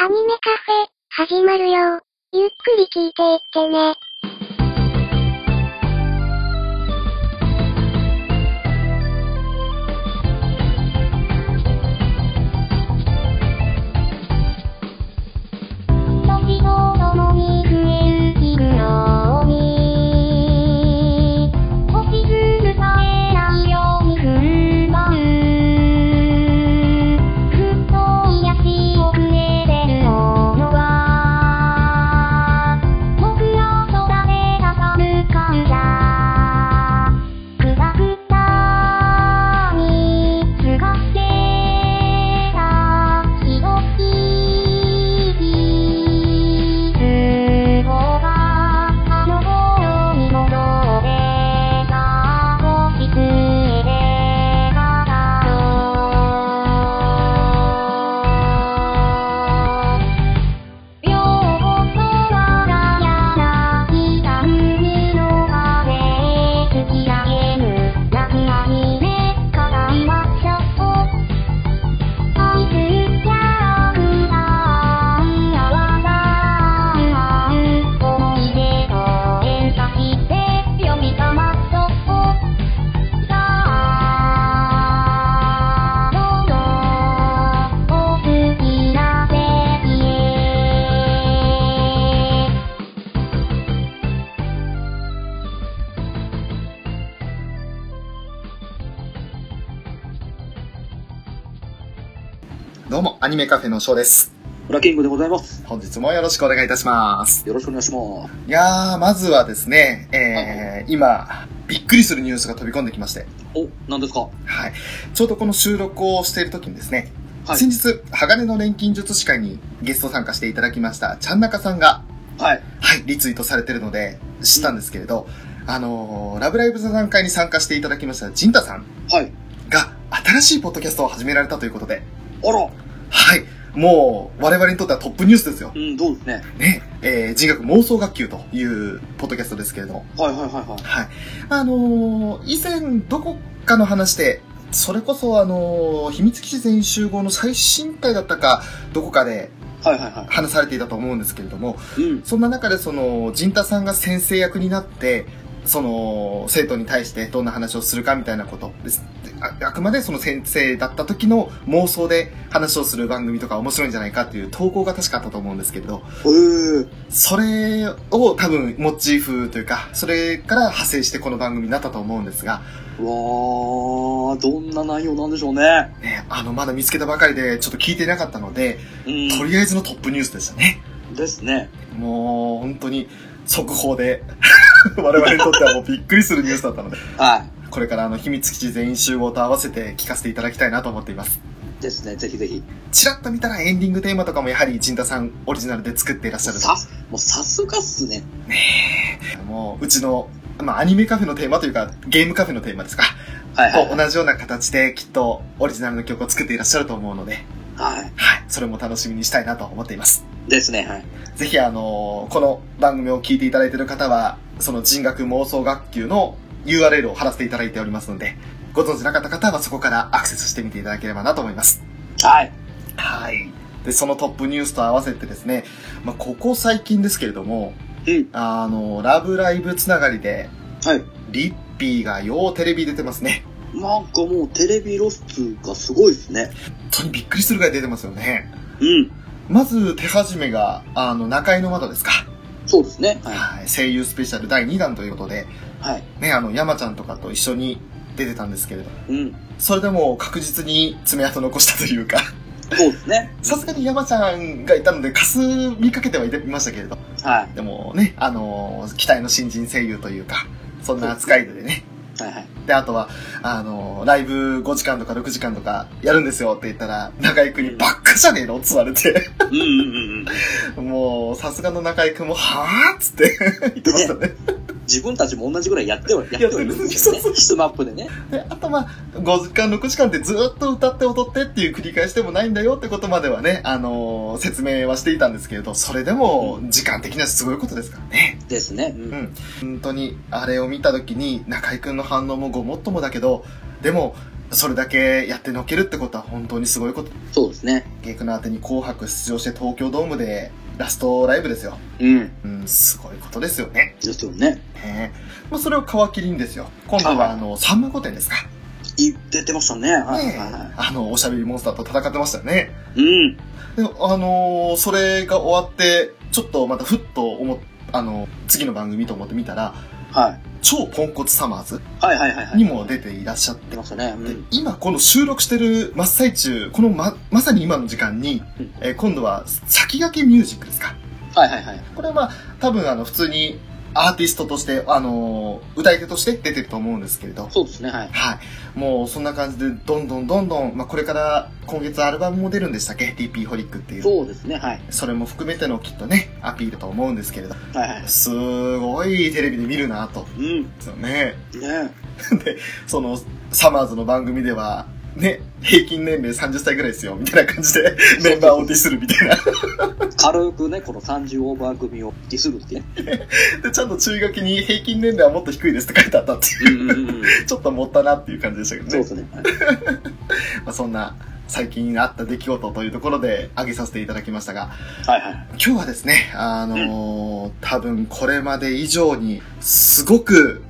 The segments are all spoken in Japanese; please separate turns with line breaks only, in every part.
アニメカフェ、始まるよ。ゆっくり聞いていってね。時とともに増える日のように星つぶされないように踏ん張るふっと癒し遅れてるものは僕ら空でかさむ感謝くたくたにすがってたひどきつぼがあの頃に戻ってた星つえで語ろう両方空が柳田海の風へ突き上げる夏アニメからいましょう愛するキャラクターあわが思い出と連鎖して呼び覚まそうさあどうぞお好きな席へ
どうも、アニメカフェの翔です。
裏キングでございます。
本日もよろしくお願いいたします。
よろしくお願いします。
いやー、まずはですね、えー、今、びっくりするニュースが飛び込んできまして、
お、何ですかは
はい。ちょうどこの収録をしている時にですね、
い。
先日、鋼の錬金術師会にゲスト参加していただきました、ちゃんなかさんが、
はい。
はい、リツイートされてるので、知ったんですけれど、あのー、ラブライブ座談会に参加していただきました、ジンタさん
はい。
が、新しいポッドキャストを始められたということで、
あら、
はい。もう、我々にとってはトップニュースですよ。
うん、どうですね。
ね、えー、人学妄想学級というポッドキャストですけれども、
はいはいはいはい。
はい。あのー以前どこかの話で、それこそあのー秘密基地全集合の最新回だったか、どこかで
はいはいは
話されていたと思うんですけれども、
い。うん。
そんな中でその、陣太さんが先生役になって、その、生徒に対してどんな話をするかみたいなことです。でああくまでその先生だった時の妄想で話をする番組とか面白いんじゃないかっていう投稿が確かあったと思うんですけれど、
えー、
それを多分モチーフというか、それから派生してこの番組になったと思うんですが、
わー、どんな内容なんでしょうね。
ね、あの、まだ見つけたばかりでちょっと聞いてなかったので、
うん。
とりあえずのトップニュースでしたね。
ですね。
もう、本当に速報で、 我々にとってはもうびっくりするニュースだったので、
は
これからあの、秘密基地全員集合と合わせて聞かせていただきたいなと思っています。
い。ですね。ぜひぜひ。
ちらっと見たらエンディングテーマとかもやはり陣田さんオリジナルで作っていらっしゃる
さ、もうさすがっすね。
と。もう、うちの、まあ、アニメカフェのテーマというか、ゲームカフェのテーマですか。
はいはい
と。同じような形できっとオリジナルの曲を作っていらっしゃると思うので、
は
はい、それも楽しみにしたいなと思っています。
い。ですね。はい。
ぜひあのーこの番組を聞いていただいている方は、その人学妄想学級の URL を貼らせていただいておりますので、ご存知なかった方はそこからアクセスしてみていただければなと思います。
はい。
はい。で、そのトップニュースと合わせてですね、まあ、ここ最近ですけれども、
うん。
あのーラブライブつながりで、
はい。
リッピーがようテレビ出てますね。
なんかもうテレビ露出がすごいですね。
本当にびっくりするぐらい出てますよね。
うん。
まず手始めが、あの、中井の窓ですか。
そうですね。はい。
はい。声優スペシャル第2弾ということで、
はい。
ね、あの、山ちゃんとかと一緒に出てたんですけれど、
うん。
それでも確実に爪痕残したというか、
そうですね。
さすがに山ちゃんがいたので、かす見かけてはいましたけれど、
は
でもね、あの、期待の新人声優というか、そんな扱いでね。
い。はいはい。
で、あとは、あの、ライブ5時間とか6時間とかやるんですよって言ったら、中井くんにばっかじゃねえのって言われて。
うんうんうんうん。
もう、さすがの中井くんも、はぁっつって言ってましたね。
自分たちも同じぐらいやっては、やってはいるんですよね。スマップでね。
で、あとまあ、5時間、6時間ってずっと歌って踊ってっていう繰り返しでもないんだよってことまではね、あのー説明はしていたんですけれど、それでも、時間的にはすごいことですからね。
ですね。うん
うん本当に、あれを見た時に、中井くんの反応もごもっともだけど、でも、それだけやってのけるってことは本当にすごいこと。
そうですね。
ゲイクナ宛てに紅白出場して東京ドームでラストライブですよ。
うん。
うん、すごいことですよね。
ですよね。
ねまあ、それを皮切りにですよ。今度
はい
はあの、サンマ御殿ですか。
い出てましたね。はい
ね
はいは
あの、おしゃべりモンスターと戦ってましたよね。
い。うん。
で、あのーそれが終わって、ちょっとまたふっと思っ、あの次の番組と思ってみたら、
はい。
超ポンコツサマーズ
はいはいはいはい。
に
出
も出ていらっしゃって、
ましたね。う
で
ん。
今この収録してる真っ最中、このま、まさに今の時間に
うん、
えー今度は先駆けミュージックですか。
はいはいはい。
これはまあ、多分あの、普通にアーティストとして、あのー歌い手として出てると思うんですけれど、
そうですね。はい。
はい。もうそんな感じで、どんどんどんどん、まあこれから今月アルバムも出るんでしたっけ ?DP ホリックっていう。
そうですね。はい。
それも含めてのきっとね、アピールと思うんですけれど、
はいはい。
すごいテレビで見るなと。
うん。
ですよね。
ね
その、サマーズの番組では、ね、平均年齢30歳ぐらいですよ、みたいな感じで、メンバーをディスるみたいな。
軽くね、この30オーバー組をディスるってね。
で、ちゃんと注意書きに平均年齢はもっと低いですって書いてあったっていう、
うんうんうん。
ちょっともったなっていう感じでしたけどね。
そうですね。はい
まあ、そんな最近あった出来事というところで挙げさせていただきましたが、
はいはい。
今日はですね、あのー多分これまで以上にすごく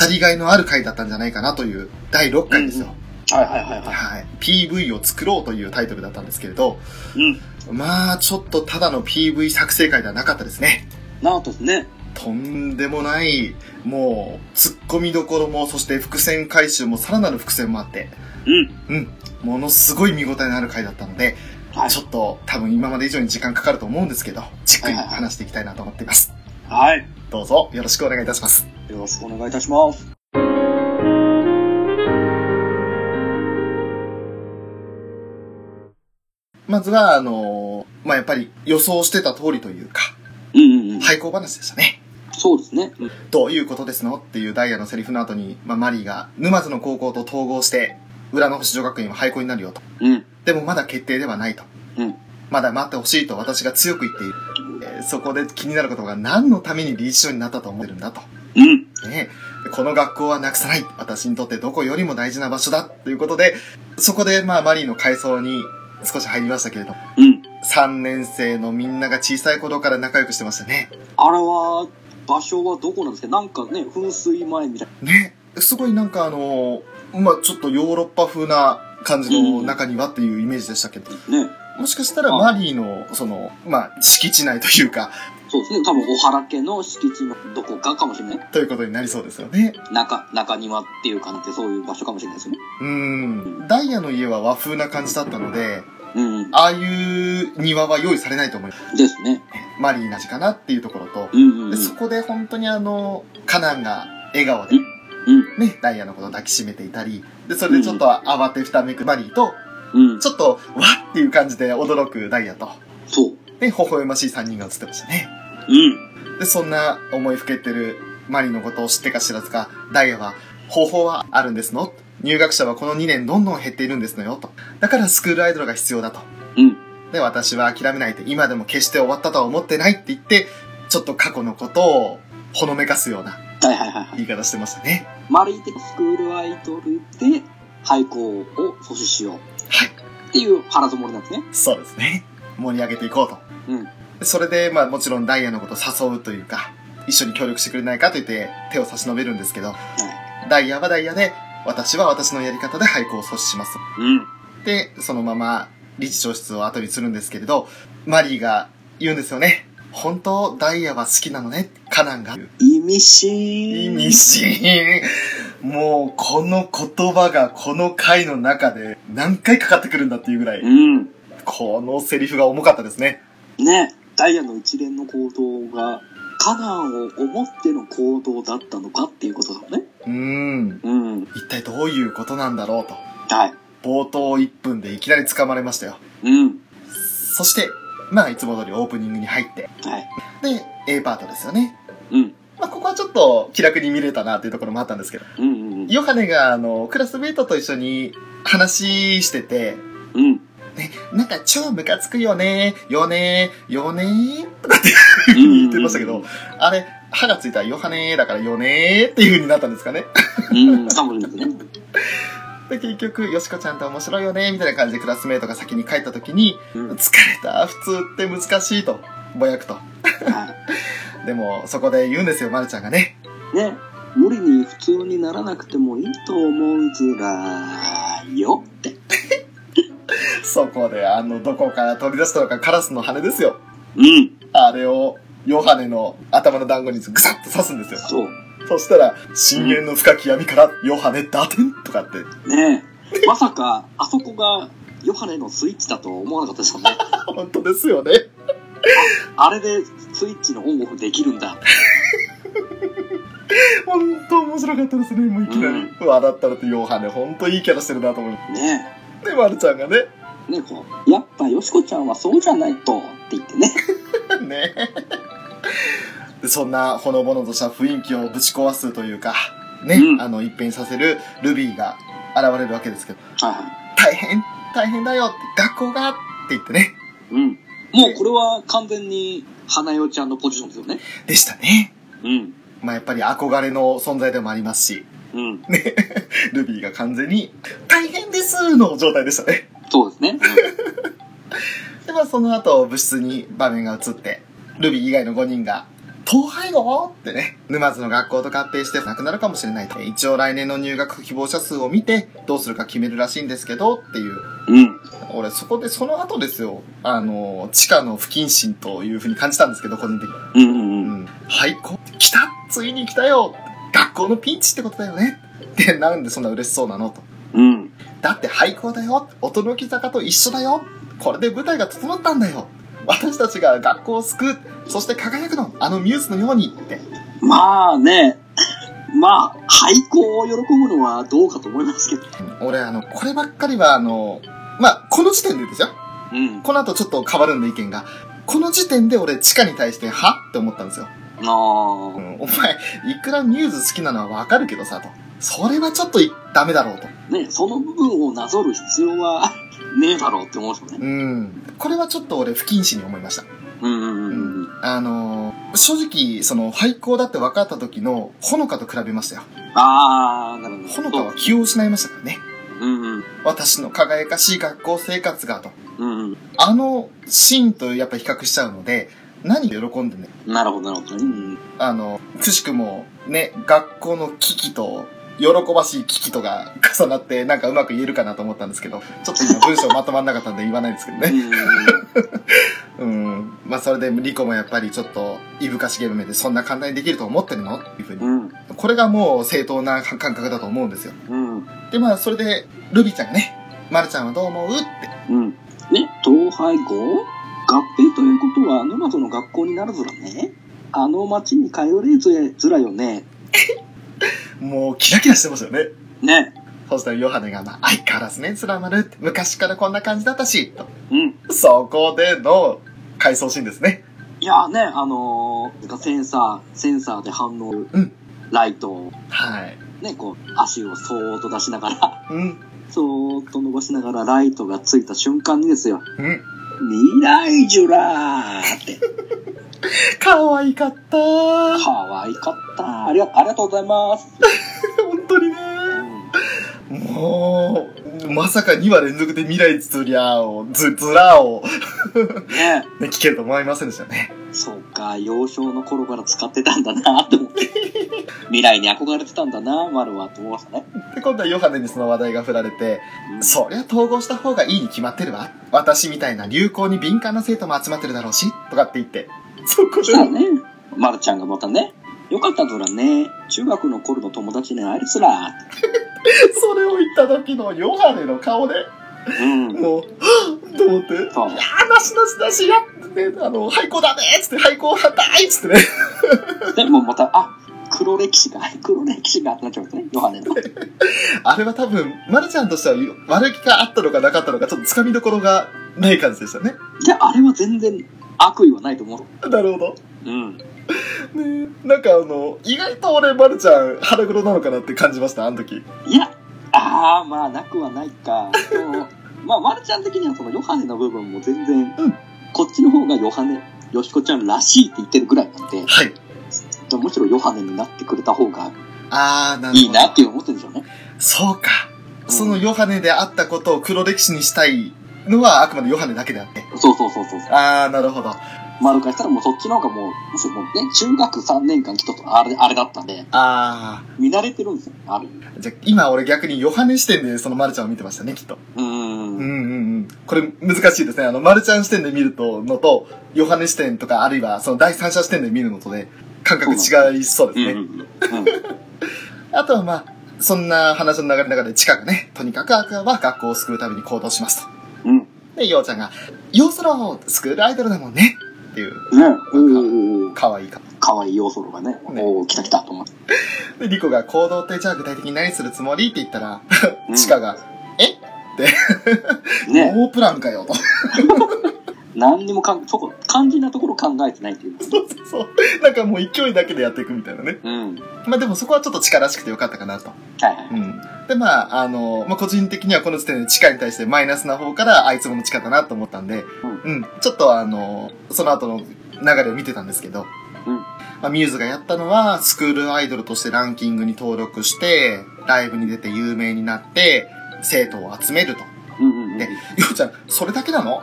語りがいのある回だったんじゃないかなという第6回ですよ。
はいはいはいは
はい。PV を作ろうというタイトルだったんですけれど、
い。うん。
まあちょっとただの PV 作成会ではなかったですね。
なんとですね。
とんでもない、もう、突っ込みどころも、そして伏線回収も、さらなる伏線もあって、
うん。
ものすごい見応えのある回だったので、
はい
ち。ょっと多分今まで以上に時間かかると思うんですけど、じっくり話していきたいなと思っています。
はい。
どうぞよろしくお願いいたします。
よろしくお願いいたします。
まずは、あのーまあ、やっぱり予想してた通りというか、
うんうんうん。
廃校話でしたね。
そうですね。うん
どういうことですのっていうダイヤのセリフの後に、まあ、マリーが沼津の高校と統合して、裏の星女学院は廃校になるよと。
うん。
でもまだ決定ではないと。
うん
まだ待ってほしいと私が強く言っている。えーそこで気になることが何のために理事長になったと思ってるんだと。
うん。
ね、この学校はなくさない私にとってどこよりも大事な場所だということで、そこでまあマリーの回想に少し入りましたけれど、
うん。
3年生のみんなが小さい頃から仲良くしてましたね。
あれは、場所はどこなんですかなんかね、噴水前みたい
ね、すごいなんかあのーまあちょっとヨーロッパ風な感じの中にはっていうイメージでしたけど、
な。ね。
もしかしたらマリーのその、まあ敷地内というか、
そうですね。多分、お原家の敷地のどこかかもしれない。
ということになりそうですよね。
中、中庭っていう感じで、そういう場所かもしれないですね。
うん。ダイヤの家は和風な感じだったので、
うん。
ああいう庭は用意されないと思います。
ですね。
マリーなしかなっていうところと、
うんうんう
で
ん。
そこで本当にあの、カナンが笑顔で、
うん。
ね、ダイヤのことを抱きしめていたり、で、それでちょっと慌てふためくマリーと、
うん。
ちょっと、わっっていう感じで驚くダイヤと、
そう。
で、微笑ましい3人が映ってましたね。
うん。
で、そんな思いふけてるマリーのことを知ってか知らずか、ダイヤは、方法はあるんですの入学者はこの2年どんどん減っているんですのよ、と。だからスクールアイドルが必要だと。
うん。
で、私は諦めないって、今でも決して終わったとは思ってないって言って、ちょっと過去のことをほのめかすような
はいはいはいはい。
言い方してましたね。
マリー的スクールアイドルで廃校を阻止しよう
はい。
っていう腹積もりなんですね。
そうですね。盛り上げていこうと。
うん。
でそれで、まあもちろんダイヤのことを誘うというか、一緒に協力してくれないかと言って手を差し伸べるんですけど、ダイヤはダイヤで、私は私のやり方で廃校を阻止します。
うん。
で、そのまま理事長室を後にするんですけれど、マリーが言うんですよね。本当、ダイヤは好きなのね、カナンが。
意味し
意味深もう、この言葉がこの回の中で何回かかってくるんだっていうぐらい、
うん。
このセリフが重かったですね。
ね。ダイヤの一連の行動が、カナンを思っての行動だったのかっていうことだよね。
うーん。
うん。
一体どういうことなんだろうと。
はい。
冒頭1分でいきなり掴まれましたよ。
うん。
そして、まあ、いつも通りオープニングに入って。
はい。
で、A パートですよね。
うん。
まあ、ここはちょっと気楽に見れたなっていうところもあったんですけど。
うんうん。
ヨハネが、あの、クラスメイトと一緒に話してて、
うん。
ね、なんか超ムカつくよね、よね、よね、
うん
言ってましたけど。、あれ、歯がついたらヨハネだからよねーっていう風になったんですかね。
うん。かもしれないですね。
で、結局、よしこちゃんと面白いよね、みたいな感じでクラスメイトが先に帰った時に、
うん
疲れた、普通って難しいと、ぼやくと。
は
でも、そこで言うんですよ、まるちゃんがね。
い。ね、無理に普通にならなくてもいいと思うずらよって。
そこで、あの、どこから取り出したのかカラスの羽ですよ。
うん。
あれを、ヨハネの頭の団子にグサッと刺すんですよ。
そう。
そしたら、深淵の深き闇から、ヨハネ打天とかって、
ねえ、まさか、あそこが、ヨハネのスイッチだとは思わなかったですよね。
本当ですよね。
あれでスイッチのオンオフできるんだ。
本当面白かったですね、もういきなり。笑ったらって、ヨハネ、本当いいキャラしてるなと思う。
ね
で、まるちゃんがね、
え。ねえ、こう、やっぱヨシコちゃんはそうじゃないと、って言ってね。
ねでそんなほのぼのとした雰囲気をぶち壊すというか、ね、
うん
あの、一変させるルビーが現れるわけですけど、
はいは
大変、大変だよって、学校がって言ってね。
い。うん。もうこれは完全に、花代ちゃんのポジションですよね。
でしたね。
うん。
まあ、やっぱり憧れの存在でもありますし、
うん。
ルビーが完全に、大変ですの状態でしたね。
そうですね。
で、まあ、その後、部室に場面が移って、ルビー以外の5人が、統廃合ってね、沼津の学校と合併してなくなるかもしれないと。一応来年の入学希望者数を見て、どうするか決めるらしいんですけど、っていう。
うん。うん。
俺、そこで、その後ですよ。あの、地下の不謹慎というふうに感じたんですけど、個人的に。
うん
う
うんうん。
ん。はい、こ、来たついに来たよ学校のピンチってことだよねって、なんでそんな嬉しそうなのと。
うん。
だって廃校だよ驚き坂と一緒だよこれで舞台が整ったんだよ私たちが学校を救うそして輝くのあのミューズのようにって
まあね、まあ、廃校を喜ぶのはどうかと思いますけど。
俺あのこればっかりはあのまあこの時点でですよ
うん。
この後ちょっと変わるんで意見がこの時点で俺地下に対してはって思ったんですよ、
あ
うん、
あ。
お前いくらミューズ好きなのはわかるけどさとそれはちょっといダメだろうと
ね、その部分をなぞる必要はねえだろうって思うんですよね。
うんこれはちょっと俺不謹慎に思いました
うんうんうん。
あのー正直、その、廃校だって分かった時の、ほのかと比べましたよ。
ああ、なるほど。
ほのかは気を失いましたからね。
うんうん。
私の輝かしい学校生活が、と。
うんうん。
あの、シーンとやっぱ比較しちゃうので、何で喜んでね。
なるほど、なるほど。うん
あの、くしくも、ね、学校の危機と、喜ばしい危機とが重なって、なんかうまく言えるかなと思ったんですけど、ちょっと今文章まとまんなかったんで言わないんですけど
う
ね。
ん。
うん。まあそれで、リコもやっぱりちょっと、いぶかしげる目で、そんな簡単にできると思ってるのっていうふうに
う。 ん。
これがもう正当な感覚だと思うんですよ。
うん。うん。
で、まあ、それで、ルビーちゃんがね、まるちゃんはどう思うって。
うん。ね、統廃合合併ということは、沼津の学校になるずらね。あの町に通れずらよね。
もう、キラキラしてますよね。
ね。
そしたらヨハネが、まあ、相変わらずね、つらまるって、昔からこんな感じだったし、と。
うん。
そこでの、回想シーンですね。
いやーね、あのー、なんかセンサー、センサーで反応、
ん
ライトを
はい。
ね、こう、足をそーっと出しながら、
うん、
そーっと伸ばしながらライトがついた瞬間にですよ。
うん。
未来ジュラーって。
可愛かったー。
可愛かった。ありがありがとうございます。
本当にね
う
もう、まさか2話連続で未来ずりゃーを、ず、ずらーを、
んね
ね、聞けると思いませんでしたね。
そうか、幼少の頃から使ってたんだなと思って。未来に憧れてたんだな丸はと思いましたね。
で、今度はヨハネにその話題が振られて、
うん
そりゃ統合した方がいいに決まってるわ。私みたいな流行に敏感な生徒も集まってるだろうし、とかって言って。そこ
そしたらね、丸ちゃんがまたね、よかったぞらね、中学の頃の友達に会えるすら。
それを言った時のヨハネの顔で、
うん。
もう、はぁと思って、い
そう。
やー、なしなしなしやってね、あの、廃校だねーっつって、廃校反対っつってね。
でもうまた、あ、黒歴史が、黒歴史がってなっちゃうんですね、ヨハネの。
あれは多分、マルちゃんとしては悪気があったのかなかったのか、ちょっと掴みどころがない感じでしたね。
で、あれは全然悪意はないと思
なるほど。
う。うん。
ねえなんかあの、意外と俺、マルちゃん腹黒なのかなって感じました、あの時。
いや、ああ、まあ、なくはないか。でもまあ、まるちゃん的にはそのヨハネの部分も全然、
うん
こっちの方がヨハネ、よしこちゃんらしいって言ってるぐらいなんで、
はい。
むしろヨハネになってくれた方が
あー、なるほど。
いいなっていう思ってるんでしょうね。
そうか。そのヨハネであったことを黒歴史にしたいのはあくまでヨハネだけであって。
そうそうそうそう。
あー、なるほど。
丸からしたらもうそっちの方がもう、むしろもうね、中学3年間来とったのあれ、あれだったんで、
あ
見慣れてるんですよ、ある意味。
ー。じゃあ、今俺逆にヨハネ視点でそのマルちゃんを見てましたね、きっと。
うー
うん
ん。
うんうん。これ難しいですね。あの、マルちゃん視点で見るとのと、ヨハネ視点とか、あるいはその第三者視点で見るのとで、感覚違いそうですね。
うん
あとはまあ、そんな話の流れの中で、チカがね、とにかくアクアは学校を救うために行動しますと。
うん。ね
で、ヨウちゃんが、ヨウソロスクールアイドルだもんねっていう、
おーおー
可愛いか。
かわいい要素がね、
ね
おお来た来たと思って。
で、リコが行動ってじゃあ具体的に何するつもりって言ったら、
うん
チカが、え
ね
ノープランかよと。
何にもかん、そこ、肝心なところ考えてないっていう。
そうそうそう。なんかもう勢いだけでやっていくみたいなね。
うん。はい
まあでもそこはちょっとチカらしくてよかったかなと。
はい。
うん。で、まあ、あの、まあ、個人的にはこの時点で地下に対してマイナスな方から、あいつもの地下だなと思ったんで、うん、ちょっとあの、その後の流れを見てたんですけど、
うん
まあ、ミューズがやったのは、スクールアイドルとしてランキングに登録して、ライブに出て有名になって、生徒を集めると。
うんうんうん。
ねようちゃん、それだけなの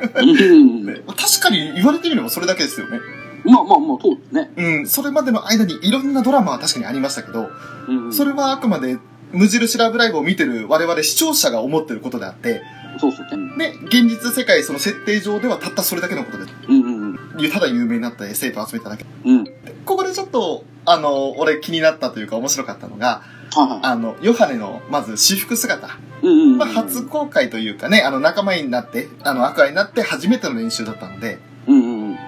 って
うん
ね確かに言われてみればそれだけですよね。
まあまあまあ、そうですね。
うん、それまでの間にいろんなドラマは確かにありましたけど、
うんうん
それはあくまで無印ラブライブを見てる我々視聴者が思ってることであって、
そうそうね。
で、現実世界その設定上ではたったそれだけのことで
うんうん
す。ただ有名になった生徒を集めただけ。
うん。うん。
ここでちょっと、あの、俺気になったというか面白かったのが、
はいは
あの、ヨハネの、まず私服姿。
い。うんうんうん。
まあ、初公開というかね、あの、仲間になって、あの、アクアになって初めての練習だったので、
うんうんうん。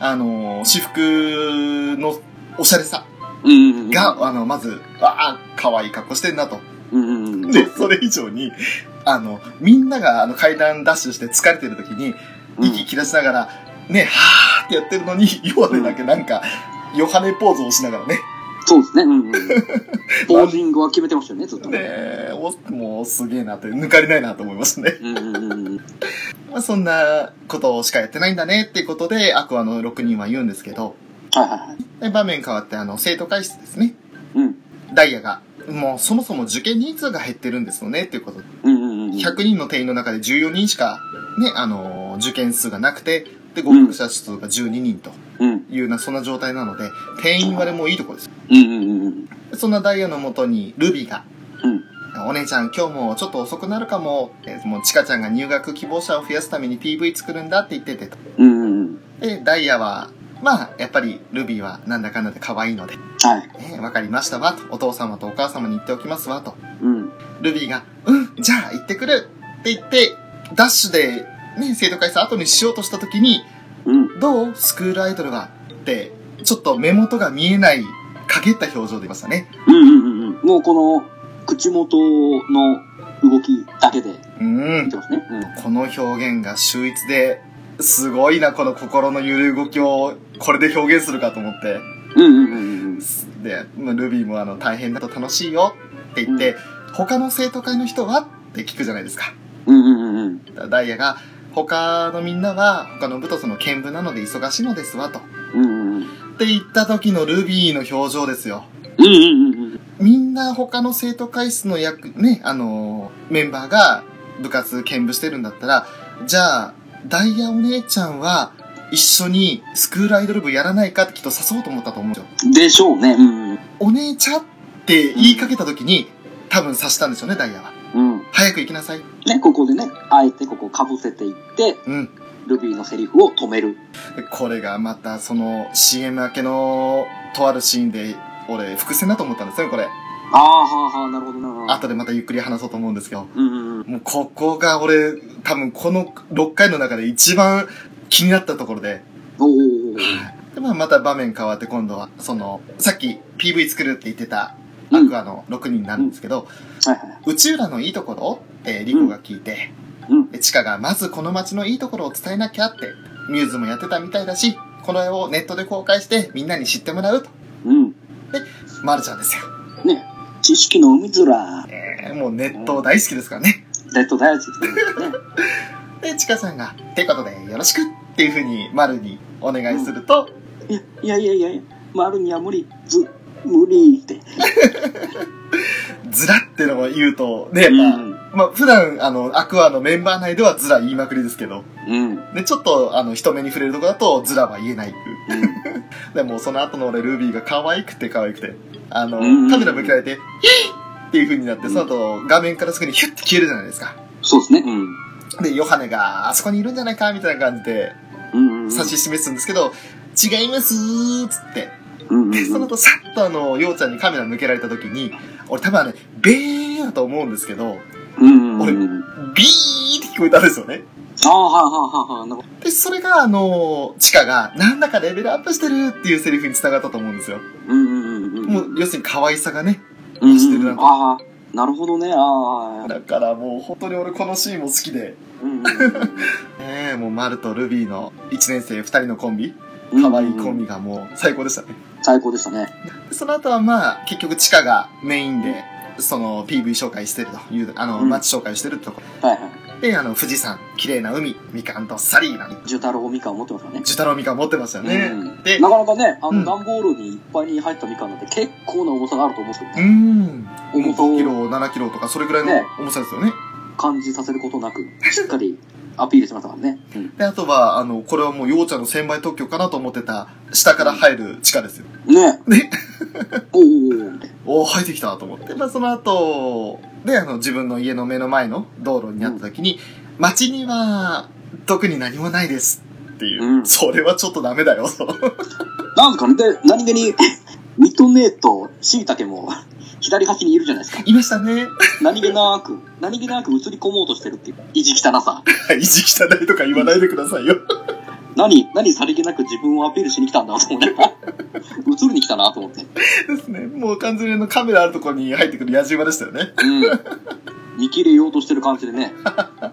あの、私服のおしゃれさ
うんうんうん。
が、あの、まず、ああ、可愛い格好してんなと。
うんうんうん。
で、 それ以上に、あの、みんながあの階段ダッシュして疲れてる時に、
うん
息切らしながら、ね、はーってやってるのに、ヨハネだけなんか、ヨハネポーズをしながらね。
そうですね。うんうん。ポージングは決めてましたよね、ずっとね。
で、おもうすげえなって、抜かりないなと思いましたね。
うんうんうんうん。
まあ、そんなことしかやってないんだねっていうことで、アクアの6人は言うんですけど、
はいはいはい。
で場面変わって、あの、生徒会室ですね。
うん。
ダイヤが、もうそもそも受験人数が減ってるんですよねっていうことで
うんうんうん。
100人の定員の中で14人しか、ね、あの、受験数がなくて、で、合格者数が12人と
うん。
いうような、そんな状態なので、定員割れもいいところです。
うんうんうんうん。
そんなダイヤのもとに、ルビーが、
うん。
お姉ちゃん今日もちょっと遅くなるかも、えーもうチカちゃんが入学希望者を増やすために PV 作るんだって言っててと、
うんうんうん。
で、ダイヤは、まあ、やっぱりルビーはなんだかんだで可愛いので、
はい。
ねわかりましたわ、と、お父様とお母様に言っておきますわ、と。
うん。
ルビーが、うん、じゃあ行ってくるって言って、ダッシュで、ね、生徒会さ後にしようとした時に、
うん。
どうスクールアイドルはって、ちょっと目元が見えない、陰った表情でいましたね。
うんうんうんうん。もうこの、口元の動きだけで
うー
見
ん
て。ますね。うん。
この表現が秀逸で、すごいな、この心の揺れ動きを、これで表現するかと思って。
うんうんうん
で、まあルビーもあの、大変だと楽しいよって言って、他の生徒会の人はって聞くじゃないですか。
うん。うんうんうんうん。
ダイヤが、他のみんなは、他の部とその見部なので忙しいのですわ、と。
うんうんうん。
って言った時のルビーの表情ですよ。
うんうんうんうん。
みんな他の生徒会室の役、ね、あのーメンバーが部活兼部してるんだったら、じゃあ、ダイヤお姉ちゃんは一緒にスクールアイドル部やらないかってきっと誘おうと思ったと思うんですよ。
でしょうね。うんうん。
お姉ちゃんって言いかけた時に、多分察したんでしょうね、ダイヤは。
うん。
早く行きなさい。
ね、ここでね、あえてここ被せていって、
うん。
ルビーのセリフを止める。
でこれがまたその CM 明けのとあるシーンで、俺、伏線だと思ったんですよ、これ。
ああ、はあ、はあ、なるほど、なるほど。
後でまたゆっくり話そうと思うんですけど。
うんうんうん。
もうここが俺、多分この6回の中で一番気になったところで。
おお。
で、まあまた場面変わって今度は、その、さっき PV 作るって言ってた
う
ア
ん。
ク
はい
アの6人なんですけど、
はい。
宇宙らのいいところってリコが聞いて、
うん。
で、チカがまずこの街のいいところを伝えなきゃって、ミューズもやってたみたいだし、これをネットで公開してみんなに知ってもらうと。
うん。
マルちゃんですよ。
ね、知識の海面。
えーもうネット大好きですからね。
レッドダイヤですね。
で、チカさんが、てことでよろしくっていうふうにマルにお願いすると、
いやいやいやいや、丸には無理、ず、無理って。
ズラってのを言うと、ね、やっ
う
ぱ、
ん。
まあ、普段、あの、アクアのメンバー内ではズラ言いまくりですけど、
うん。
で、ちょっと、あの、人目に触れるとこだと、ズラは言えない。
うん
でも、その後の俺、ルービーが可愛くて可愛くて、あの、
うん
カメラ向けられて、ヒッっていう風になって、
うん
その後、画面からすぐにヒュッて消えるじゃないですか。
そうですね。うん。
で、ヨハネが、あそこにいるんじゃないか、みたいな感じで、
うんうん。
指し示すんですけど、違いますーつって。
うんうんうん
で、その後、さっとあの、ようちゃんにカメラ向けられた時に、俺多分あれ、ベーだと思うんですけど、
うんうんうん。
ビーって聞こえたんですよね。
ああ、はいはいはいはい。なんか
で、それが、あの、チカが、なんだかレベルアップしてるっていうセリフに繋がったと思うんですよ。
うんうんうんうん。
もう、要するに可愛さがね。
うん
してる
う
なん
うんああ、なるほどね。ああ。
だからもう、本当に俺このシーンも好きで。
うんうん
ねえ、もう、マルとルビーの1年生2人のコンビ、
うん
可愛いコンビがもう、最高でしたね。
最高でしたね。
でその後はまあ、結局チカがメインで、その PV 紹介してるという、あの、
うん
街紹介してるってとこ
はいはい。
で、あの、富士山、綺麗な海、みかんとサリーナ、
ジュタロウミカン持ってましたね。
ジュタロウみかん持ってましたよね。
うん
で
なかなかね、あ
うん
の、段ボールにいっぱいに入ったみかんなんて結構な重さがあると思うんですけ
う
ど
ーん。
ね、重さ
5キ
を
ロ、7キロとか、それぐらい
ね
の重さですよね。
感じさせることなく、しっかりアピールしてましたからね。うん
で、あとは、あの、これはもう、ようちゃんの1000倍特許かなと思ってた、下から入る地下ですよ。
ね
ね
おーおーおーみたいな
おー、入ってきたと思って。まあ、その後、で、あの、自分の家の目の前の道路になった時に、街には、特に何もないです。っていう、
うん
それはちょっとダメだよ、と。
なんですかね、で、何気に、ミトネーとシイタケも、左端にいるじゃないですか。
いましたね。
何気なく、何気なく映り込もうとしてるっていう、意地汚さ。
意地汚いとか言わないでくださいよ。
何、何さりげなく自分をアピールしに来たんだなと 思って。映りに来たなと思って。
ですね。もう完全にあのカメラあるところに入ってくる野じ馬でしたよね。
うん。見切れようとしてる感じでね。
あ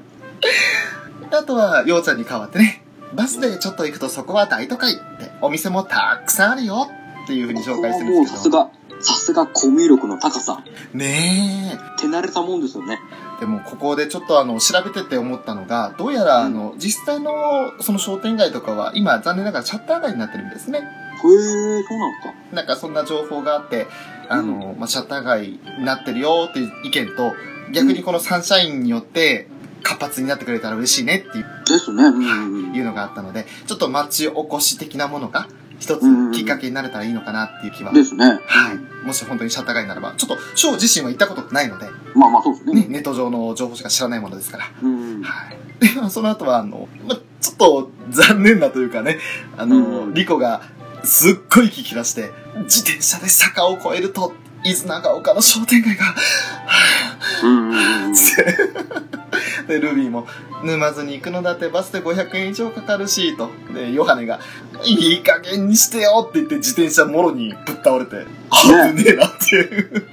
とは、ようちゃんに代わってね、バスでちょっと行くとそこは大都会って、お店もたくさんあるよっていう風に紹介してるん
もう
で
さ
すけ
す
ど。
が、さすがコミュ力の高さ。
ね
手慣れたもんですよね。
え。でも、ここでちょっとあの、調べてて思ったのが、どうやらあの、実際のその商店街とかは、今残念ながらシャッター街になってるんですね。
へえ、そうなのか。
なんかそんな情報があって、あの、まあ、シャッター街になってるよっていう意見と、逆にこのサンシャインによって活発になってくれたら嬉しいねっていう
ですね。うんうんう
い
ん。
うのがあったので、ちょっと町おこし的なものが一
うん
つきっかけになれたらいいのかなっていう気は。
ですね。
はい。もし本当にシャッター街ならば、ちょっと、ショー自身は行ったことないので、
まあまあそうです
ね
ね。、
ネット上の情報しか知らないものですから。
うん。
はい。 で、まあその後は、あの、まあ、ちょっと残念なというかね、あの、
うん
リコがすっごい聞き出して、自転車で坂を越えると、伊豆長岡の商店街が、 は
うんうん
ぁ
うん。
つってで、ルビーも、沼津に行くのだってバスで500円以上かかるし、と。で、ヨハネが、いい加減にしてよって言って自転車もろにぶっ倒れて、あ危ねえなっていう。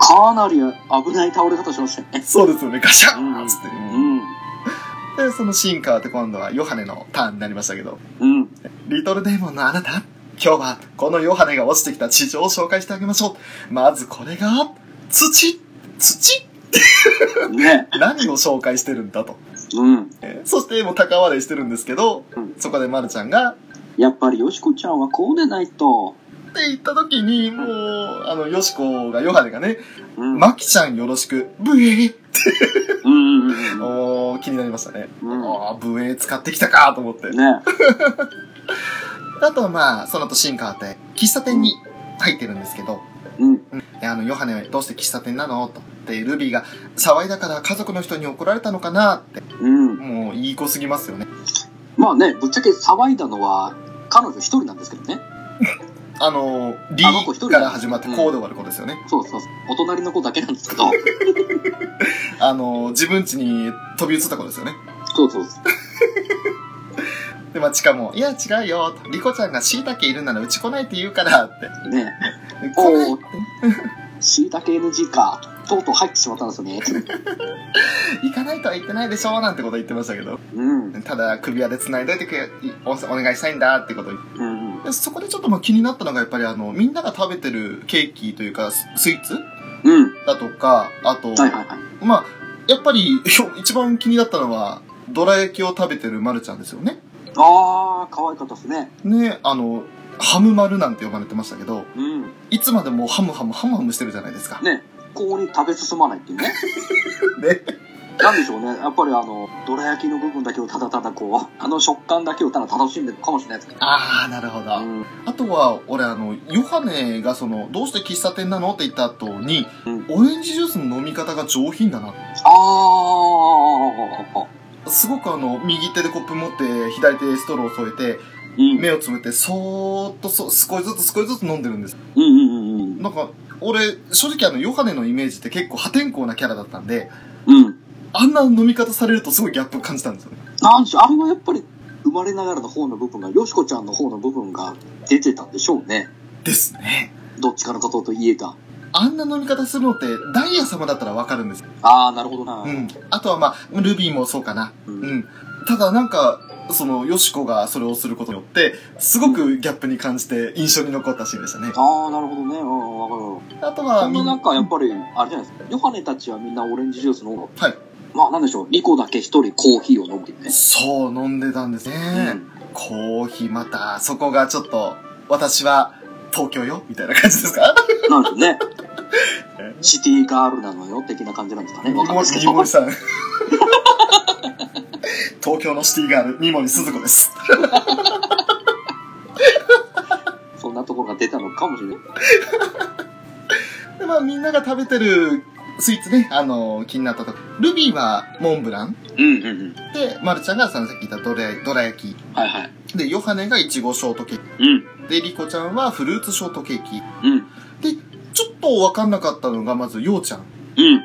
かなり危ない倒れ方しましたよね。
そうですよね、ガシャンっつって。
うん。
で、そのシーン変わって今度はヨハネのターンになりましたけど、
うん。
リトルデーモンのあなた、今日はこのヨハネが落ちてきた地上を紹介してあげましょう。まずこれが、土土
ね。
何を紹介してるんだと。
うん。
えーそしてもう高笑いしてるんですけど、
うん
そこでまるちゃんが、
やっぱりよしこちゃんはこうでないと。
って言った時に、もう、あの、ヨシコが、ヨハネがね、
うん。
マキちゃんよろしく、ブエー
うんうんうん
おー気になりましたね。
うん。
あーブエー使ってきたかと思って。
ね。
あとはまあ、その後シーン変わって、喫茶店に入ってるんですけど、
うん。
であの、ヨハネ、どうして喫茶店なのと。で、ルビーが、騒いだから家族の人に怒られたのかなって、
うん。
もう、いい子すぎますよね。
まあね、ぶっちゃけ騒いだのは彼女一人なんですけどね。
あの、リ
あの子一人
ーから始まって、
うん
こうで終わる子ですよね。
そうそうそう。お隣の子だけなんですけど。
あの、自分家に飛び移った子ですよね。
そうそうそう。
で、まあ、チカも、いや、違うよ、と。リコちゃんが椎茸いるならうち来ないって言うから、って。
ね。
で来ないっ
椎茸 NG か。とうとう入ってしまったんですよね。
て行かないとは言ってないでしょ、なんてこと言ってましたけど。
うん。うん
ただ、首輪で繋いどいてくれ、おお願いしたいんだ、ってことに。
うん。
でそこでちょっとまあ気になったのが、やっぱりあの、みんなが食べてるケーキというか、ススイーツ
うん。
だとか、あと、
はいはいはい。
まあ、やっぱり、 一番気になったのは、どら焼きを食べてるまるちゃんですよね。
ああ、可愛かったですね。
ね、あの、ハム丸なんて呼ばれてましたけど、
うん。
いつまでもハムハムハムハムしてるじゃないですか。
ね。向に食べ進まないっていう ね。
ね。
なんでしょうね。やっぱりあの、どら焼きの部分だけをただただこう、あの食感だけをただ楽しんでるかもしれないですけど。
ああ、なるほど。
うん
あとは、俺、あの、ヨハネが、その、どうして喫茶店なのって言った後に、
うん
オレンジジュースの飲み方が上品だな。
ああ、
すごくあの、右手でコップ持って、左手でストローを添えて、
うん。
目をつぶって、そーっとそ、少しずつ少しずつ飲んでるんです。
うんうんうん
なんか、俺、正直あの、ヨハネのイメージって結構破天荒なキャラだったんで、
うん。うん。
あんな飲み方されるとすごいギャップ感じたんですよね。
なんでしょう、あれはやっぱり生まれながらの方の部分が、よしこちゃんの方の部分が出てたんでしょうね。
ですね。
どっちからかと言えた。
あんな飲み方するのって、ダイヤ様だったらわかるんです。
ああ、なるほどな。
うん。あとはまあ、ルビーもそうかな。
う
うんん。ただなんか、その、ヨシコがそれをすることによって、すごくギャップに感じて印象に残ったシーンでしたね。
ああ、なるほどね。うん、わかるわかる。
あと
そ
は、
ん
み
なんな、
なん
かやっぱり、あれじゃないですか。ヨハネたちはみんなオレンジジュースの方が、
はい。
まあなんでしょう、リコだけ一人コーヒーを飲むっていうね。
そう、飲んでたんですね。
うん
コーヒーまた、そこがちょっと、私は、東京よみたいな感じですか
なんでしょう ね
え。
シティガールなのよ、的な感じなんですかね。
ニ
わかんな
モ
いですけ
ニ
ど。
モリさん。 東京のシティガール、ニモリスズ子です。
そんなところが出たのかもしれない。
で、まあ、みんなが食べてるスイーツね、あの、気になったとこ。ルビーはモンブラン
うんうんうん。
で、マルちゃんがさっき言ったどらどら焼き。
はいはい。
で、ヨハネがイチゴショートケー
うん。
キ。で、リコちゃんはフルーツショートケーキ。
うん。
ちょっとわかんなかったのが、まず、ヨウちゃん。
うん。
ね、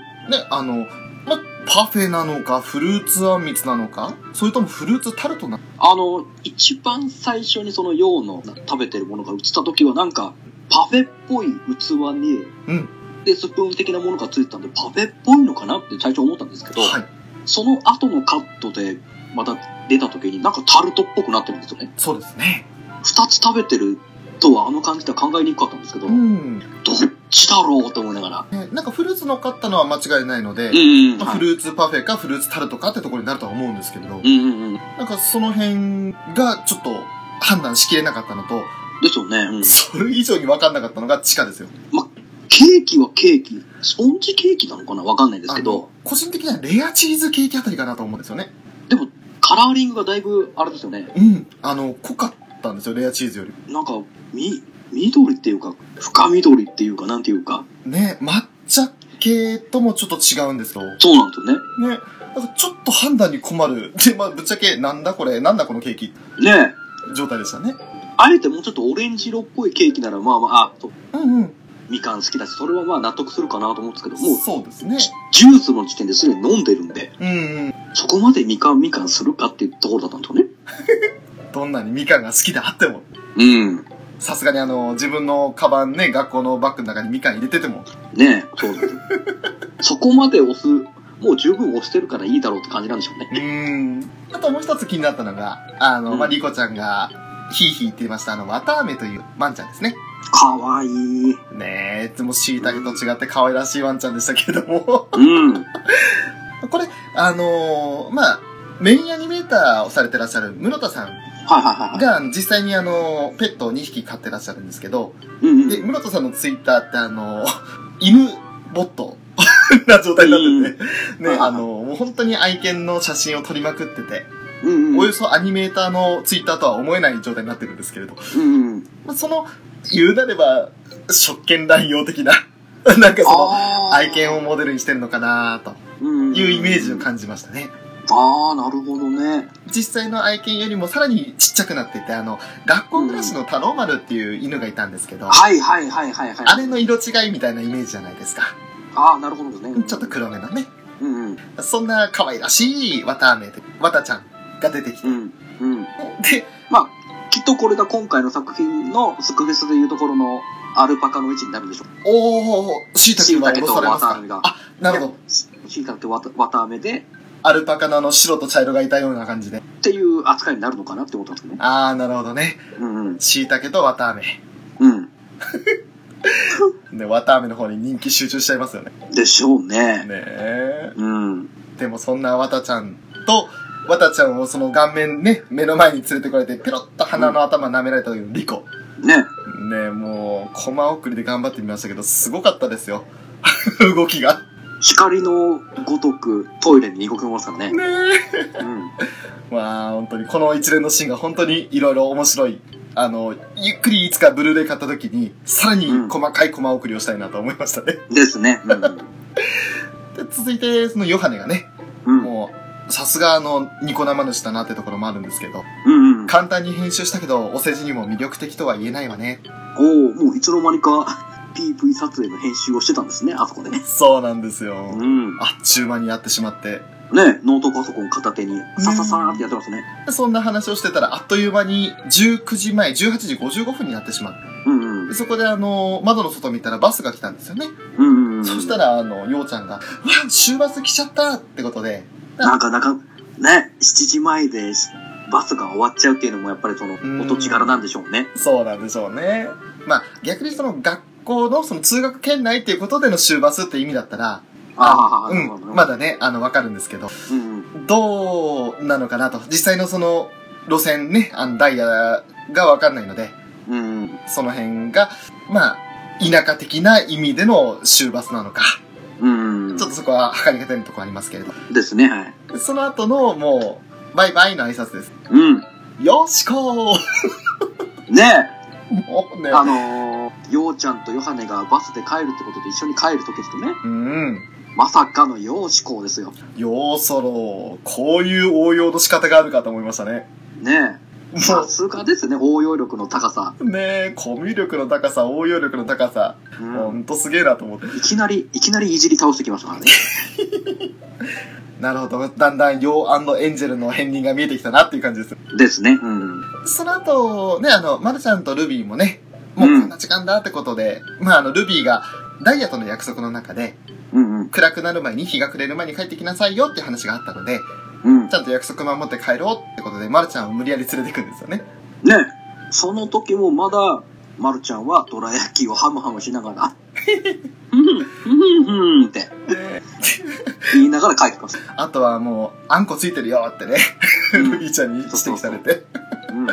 あの、ま、パフェなのか、フルーツあんみつなのか、それともフルーツタルトなのか。
あの、一番最初にその洋の食べてるものが映った時はなんか、パフェっぽい器に、
うん
で、スプーン的なものがついてたんで、パフェっぽいのかなって最初思ったんですけど、
はい。
その後のカットで、また出た時になんかタルトっぽくなってるんですよね。
そうですね。
二つ食べてるとはあの感じでは考えにくかったんですけど、
う
どっ
ん。ね、
ちだろうって思いながら。
なんかフルーツ乗っかったのは間違いないので
う、ん、うん、
まあ
は
フ
い。
ルーツパフェかフルーツタルトかってところになるとは思うんですけれど
う、んうんうん。
なんかその辺がちょっと判断しきれなかったのと、
ですよね。うん。
それ以上にわかんなかったのが地下ですよ。
ケーキはケーキ。スポンジケーキなのかなわかんないです
あ
け
の
ど、
個人的にはレアチーズケーキあたりかなと思うんですよね。
カラーリングがだいぶ、あれですよね。
うん。あの、濃かったんですよ、レアチーズより。
なんか、み、緑っていうか、深緑っていうか、なんていうか、
ね、抹茶系ともちょっと違うんですよ。ね。
そうなんですよね。
なんかちょっと判断に困る。で、まあ、ぶっちゃけ、なんだこれ、なんだこのケーキ、
ね
状態でしたね。
え、あえてもうちょっとオレンジ色っぽいケーキなら、まあまあ、あと
うんうん。
みかん好きだし、それはまあ納得するかなと思うんですけど、もう、
そうですね。
ジュースの時点ですでに飲んでるんで、
うんうん。
そこまでみかんみかんするかっていうところだったんですよね。
どんなにみかんが好きであっても、
うん。
さすがにあの、自分のカバンね、学校のバッグの中にみかん入れてても、
ねえ、そうです。そこまで押す、もう十分押してるからいいだろうって感じなんでしょうね。
うーん。あともう一つ気になったのが、あの、まあ、
うん
リコちゃんが、ヒーヒー言っていました、あの、わたあめというワンちゃんですね。
かわいい。
ねえ、いつも椎茸と違って可愛らしいワンちゃんでしたけれども。
うん。
これ、あのーまあ、メインアニメーターをされてらっしゃる室田さん
はいはいはいはい。
が、実際にあのーペットを2匹飼ってらっしゃるんですけど、
うんうん。
で、室田さんのツイッターってあのー 犬ボット な状態になってて、
うん
ね、あのーもう本当に愛犬の写真を撮りまくってて、
うんうん。
およそアニメーターのツイッターとは思えない状態になってるんですけれど、
うんうん。
まあ、その、言うなれば、職権乱用的な、 なんかその、
あー
愛犬をモデルにしてるのかなと
うん
いうイメージを感じましたね。
ああ、なるほどね。
実際の愛犬よりもさらにちっちゃくなってて、あの、学校暮らしの太郎丸っていう犬がいたんですけど、
はいはいはいはいはい。
あれの色違いみたいなイメージじゃないですか。
ああ、なるほどですね。
ちょっと。黒目のね。
うんうん。
そんな可愛らしい綿飴で、綿ちゃんが出てきて
う。ん。うん。
で、
まあ、きっとこれが今回の作品のスクフェスでいうところのアルパカの位置になるんでしょう。
おー、椎茸は殺されます
椎茸と綿飴
か
が
あ、なるほど。
ど。しいたけわた、わたあめで、
アルパカのあの白と茶色がいたような感じで。
っていう扱いになるのかなってことなんですね。
あー、なるほどね。
うんうん。
椎茸と綿飴。
うん。
で、綿飴の方に人気集中しちゃいますよね。
でしょう
ね。
ね
え。
うん。
でもそんなわたちゃんと、わたちゃんをその顔面ね、目の前に連れてこられて、ペロッと鼻の頭舐められた時のリコ。
ね。
ねもう、コマ送りで頑張ってみましたけど、すごかったですよ。 動きが。
光のごとくトイレに2個組ますからね。
ねえ。
うん。
まあ、本当に、この一連のシーンが本当にいろいろ面白い。あの、ゆっくりいつかブルーレイ買った時に、さらに細かいコマ送りをしたいなと思いました ね。
ですね。うん。
で続いて、そのヨハネがね、
うん。
もう、さすがあの、ニコ生主だなってところもあるんですけど、
うん、うん。
簡単に編集したけど、お世辞にも魅力的とは言えないわね。
おおもういつの間にか PV 撮影の編集をしてたんですね、あそこでね。
そうなんですよ。
うん。ね
あっちゅう間にやってしまって。
ノートパソコン片手に、さささーってやってますね。
そんな話をしてたら、あっという間に19時前、18時55分になってしまって
うんうん
で。。そこであの、窓の外見たらバスが来たんですよね。
うんうんうん。
そしたら、あの、ようちゃんが、うわ、終バス来ちゃったってことで、
なんか、なんか、ね、7時前でしバスが終わっちゃうっていうのも、やっぱりその、
ん
お土地柄なんでしょうね。
そうなんでしょうね。まあ、逆にその学校のその通学圏内っていうことでの終バスって意味だったら、
ああ、
う
なるほど
ん、まだね、あの、わかるんですけど、
うんうん。
どうなのかなと。実際のその、路線ね、あの、ダイヤがわかんないので、
うんうん。
その辺が、まあ、田舎的な意味での終バスなのか、
うんうん。
ちょっとそこは測り方のところありますけれど。
ですね、はい。
その後の、もう、バイバイの挨拶です。
うん。
よしこー
ね
もうね。
あのー、ようちゃんとヨハネがバスで帰るってことで一緒に帰るときですね。
うん。
まさかのよう志向ですよ。
ようそろ、こういう応用の仕方があるかと思いましたね。
ねさ
も
すがですね、応用力の高さ。
う、ねえ、コミュ力の高さ、応用力の高さ、
う
ほ
ん。
んとすげえなと思って。
いきなり、いきなりいじり倒してきましたからね。
なるほど、だんだんようエンジェルの片鱗が見えてきたなっていう感じです。
ですね。うん。
その後、ね、あの、まるちゃんとルビーもね、もう
うん
こんな時間だってことで、まあ、あの、ルビーが、ダイヤとの約束の中で、
うんうん。
暗くなる前に、日が暮れる前に帰ってきなさいよっていう話があったので、
うん
ち。ゃんと約束守って帰ろうってことで、まるちゃんを無理やり連れてくんですよね。
ねその時もまだ、まるちゃんはどら焼きをハムハムしながら、うん、うん、うんって言いながら帰ってきます。
あとはもう、あんこついてるよってね、
うん
ルビーちゃんに指摘されて。
うん。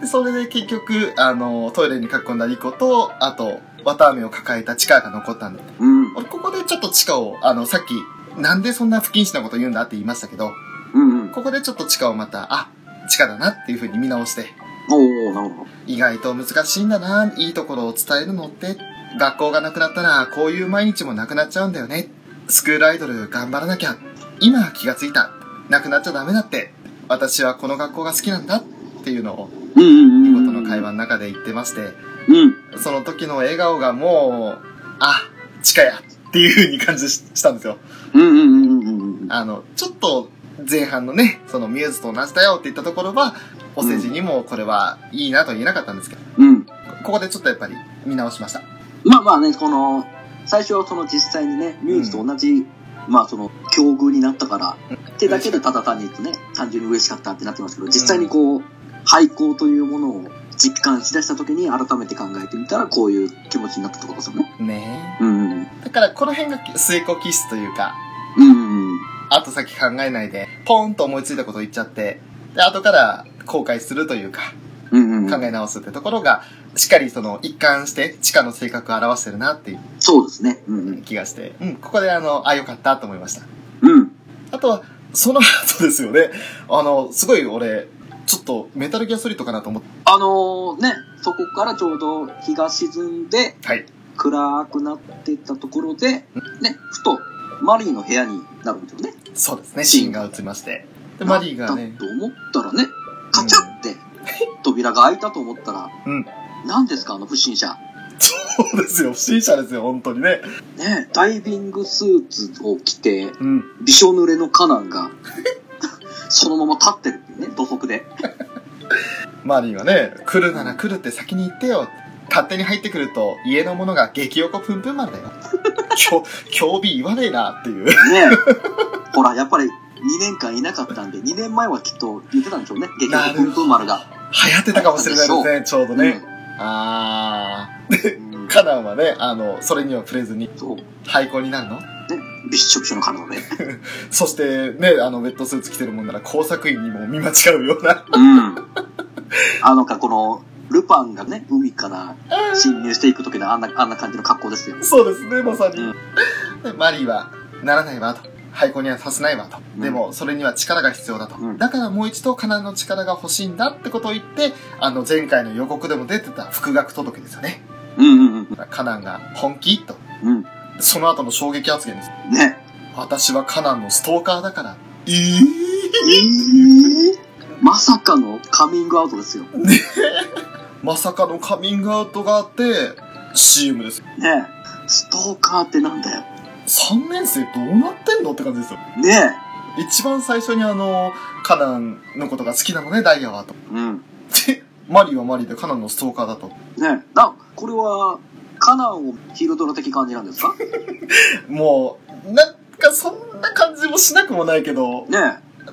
でそれで結局、あの、トイレに囲んだリコと、あと、綿飴を抱えたチカが残ったんで。
うん。
俺、ここでちょっとチカを、あの、さっき、なんでそんな不謹慎なこと言うんだって言いましたけど、
うん。うん。
ここでちょっとチカをまた、あ、チカだなっていう風に見直して、
おー、なるほど。
意外と難しいんだな、いいところを伝えるのって、学校がなくなったら、こういう毎日もなくなっちゃうんだよね。スクールアイドル頑張らなきゃ。今気がついた。なくなっちゃダメだって。私はこの学校が好きなんだっていうのを、
うんうん
見
うん。
事の会話。の中で言ってまして、
うん。
その時の笑顔がもう、あ、近やっていう風に感じししたんですよ。
うんうんうんうんうん。
あの、ちょっと前半のね、そのミューズと同じだよって言ったところは、お世辞にもこれはいいなと言えなかったんですけど、
うん。
ここでちょっとやっぱり見直しました。
まあまあね、この、最初はその実際にね、ミューズと同じ、まあその、境遇になったから、ってだけでただ単に言うとね、単純に嬉しかったってなってますけど、実際にこう、廃校というものを実感しだした時に改めて考えてみたら、こういう気持ちになったってことですよね。
ね
うんうん
え。だからこの辺が末っ子気質というか、
うん。うんうん。
後先考えないで、ポーンと思いついたことを言っちゃって、で、後から後悔するというか、
うんうんう
考
ん。
え直すってところが、しっかりその一貫して地下の性格を表してるなっていう
そうですね。うんうん。
気がして、うん、ここであの、あ、よかったと思いました。
うん。
あとは、その後ですよね。あの、すごい俺、ちょっとメタルギアソリッドかなと思って。
あのーね、そこからちょうど日が沈んで
はい。
暗くなってったところで、ね、ふとマリーの部屋になるんですよね。
そうですね、シーンが映りまして。で、マリーがね
だ、と思ったらね、カチャって扉が開いたと思ったら、
うん。
何ですかあの不審者。
そうですよ、不審者ですよ、本当にね。
ねダイビングスーツを着て、
うん。
びしょ濡れのカナンが、 そのまま立ってるっていうね、土足で。
マリーはね、来るなら来るって先に言ってよ。勝手に入ってくると、家の者が激横ぷんぷん丸だよ。 きょ、興味言わねえなっていう。
ね ほら、やっぱり2年間いなかったんで、2年前はきっと言ってたんでしょうね。激
なるほ
怒
ど
プンプン丸が。
流行ってたかもしれないですね、ちょうどね。あ
うんうん
ー。カナンはね、あの、それには触れずに、
そう。
廃校になるの
ね、びっしょびしょの体で。
そしてね、あの、ウェットスーツ着てるもんなら工作員にも見間違うような。
うん。あのか、この、ルパンがね、海から侵入していく時のあんな、あんな感じの格好ですよ。
そうですね、まさに。
うん
でマリーは、ならないわ、と。廃校にはさせないわ、と。
うん
でも、それには力が必要だと。
うん
だからもう一度、カナンの力が欲しいんだってことを言って、あの、前回の予告でも出てた復学届ですよね。
うんうん
カナンが、本気と。
うん。うん。
その後の衝撃発言です。
ね。
私はカナンのストーカーだから。え
えー、まさかのカミングアウトですよ。ね
まさかのカミングアウトがあって、CM です。
ストーカーってなんだよ。
3年生どうなってんのって感じですよ。
ね
一番最初にあの、カナンのことが好きなのね、ダイヤは、と。
うん。
で、 マリーはマリーでカナンのストーカーだと。
ねな、これは、カナンをヒルドラ的感じなんですかね
もう、なんかそんな感じもしなくもないけど、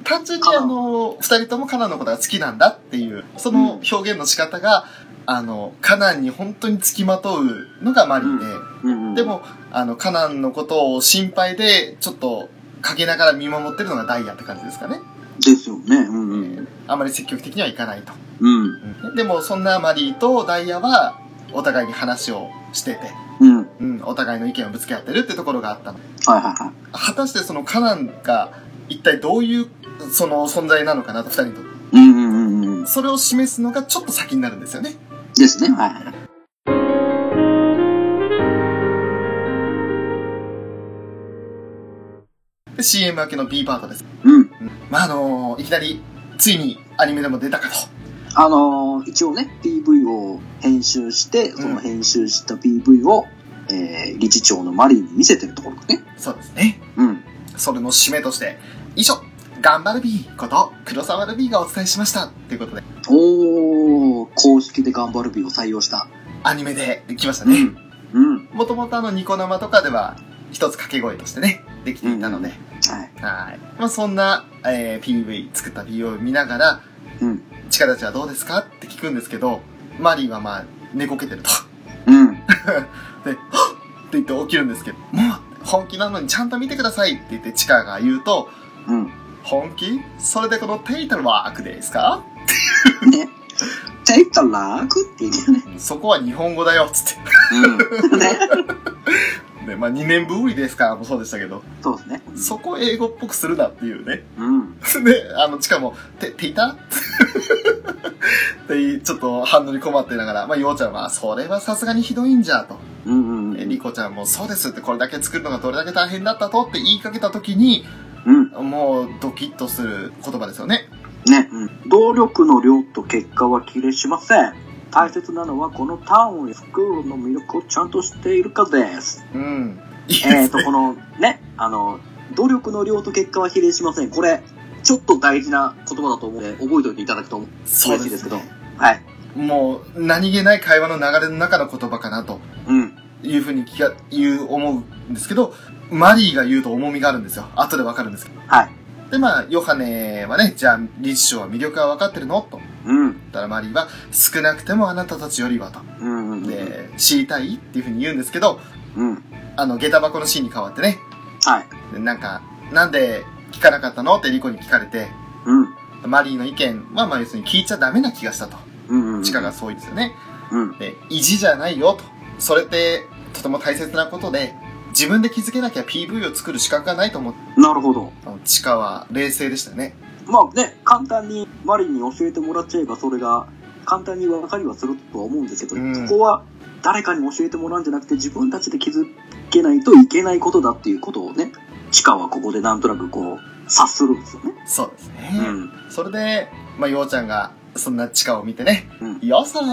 単純に
カナ
あ
ン
の、二人ともカナンのことが好きなんだっていう、その表現の仕方が、あの、カナンに本当に付きまとうのがマリーで、
うんうん。
で、も、あの、カナンのことを心配で、ちょっと、かけながら見守ってるのがダイヤって感じですかね。
ですよね。うんうん。
あまり積極的にはいかないと。
うん。
でも、そんなマリーとダイヤは、お互いに話をしてて、
うん。はい
うん、お互いの意見をぶつけ合ってるってところがあったの。
はいは
果たしてそのカナンが一体どういうその存在なのかなと二人にとって
い。うんうんうんうん。
それを示すのがちょっと先になるんですよね
ですね。はいはい。
で CM 明けの B パートです、
うん。
まああのいきなりついにアニメでも出たかと
あのー一応ね、PV を編集して、その編集した PV を、えー、理事長のマリーに見せてるところですね。
そうですね
うん。
それの締めとして以上頑張る B こと黒沢ルビーがお伝えしましたということで
おー、公式で頑張るビーを採用した。
アニメで来ましたね。
うん。
もともとあのニコ生とかでは一つ掛け声としてねできていたので、
はい。
はいまあそんな、えー PV 作った PV を見ながら
うん。
チカたちはどうですかって聞くんですけど、マリーはまあ、寝こけてると。
うん。
で、はっって言って起きるんですけど、もう、本気なのにちゃんと見てくださいって言ってチカが言うと、
うん。
本気それでこのテイタルワークですか
ね。テイタラークって言うよね。
そこは日本語だよ、つっ
うん。ね。
て。で、まあ2年ぶりですからもそうでしたけど、
そうですね。
そこを英語っぽくするなっていうね。
うん。
で、あの、チカも、て、ていたって、ちょっと反応に困っていながら、まあ、ようちゃんは、それはさすがにひどいんじゃ、と。
うんうんうん。
えリコちゃんもそうですってこれだけ作るのがどれだけ大変だったとって言いかけた時に
うん。
もうドキッとする言葉ですよね
ね。うん。動力の量と結果は比例しません。大切なのはこのタウンやスクールの魅力をちゃんとしているかです。
うんいい
え
で
っ
す
と、このね、あの、努力の量と結果は比例しません。これ、ちょっと大事な言葉だと思うので、覚えておいていただくと
そ
嬉しいですけど。はい。
もう何気ない会話の流れの中の言葉かなと
うん。
いうふうに気が言う思うんですけどマリーが言うと重みがあるんですよ後でわかるんですけど
はい。
でまあヨハネはねじゃあ理事長は魅力は分かってるのと言
うん。
ったらマリーは少なくてもあなたたちよりはと
うんうんうん。
で知りたいっていうふうに言うんですけど
うん。
あの下駄箱のシーンに変わってね
はい。
でなんか、なんで聞かなかったのってリコに聞かれて、
うん。
マリーの意見は、まあ要するに聞いちゃダメな気がしたと。
うんうんうん。
チカがそう言うんですよね。
うん。
で、意地じゃないよと。それって、とても大切なことで、自分で気づけなきゃ PV を作る資格がないと思っ
なるほど。
た。チカは冷静でしたね。
まあね、簡単にマリンに教えてもらっちゃえばそれが簡単に分かりはするとは思うんですけど、
うん
そこは誰かに教えてもらうんじゃなくて自分たちで気づけないといけないことだっていうことをね、チカはここでなんとなくこう、察するんですよね。
そうですね。
うん。
それで、まあ、ようちゃんが、そんなチカを見てね、
うん。
よそ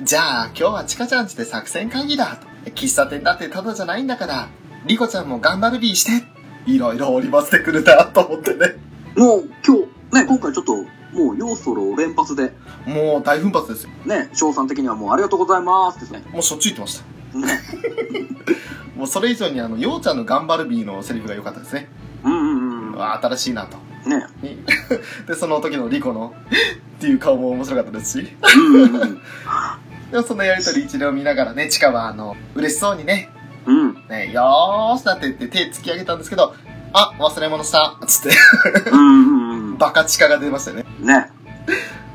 じゃあ今日はチカちゃんちで作戦会議だと喫茶店だってただじゃないんだからリコちゃんも頑張るビーしていろいろ織り交ぜてくるなと思ってね
もう今日、ね、今回ちょっともう要素を連発で、
もう大奮発ですよ
ね、翔さん的にはもうありがとうございますですね。
もうしょっちゅう言ってました
ね。
もうそれ以上にあのようちゃんの頑張るビーのセリフが良かったですね
うんうんうん。
わあ新しいなと
ね。
でその時のリコのっていう顔も面白かったですし
うんうんうん。
でもそのやりとり一連を見ながらねチカはあの嬉しそうにね
うん。
ねよーしなんて言って手突き上げたんですけどあ忘れ物したつって
うんうんうん。
バカチカが出ましたよね
ね。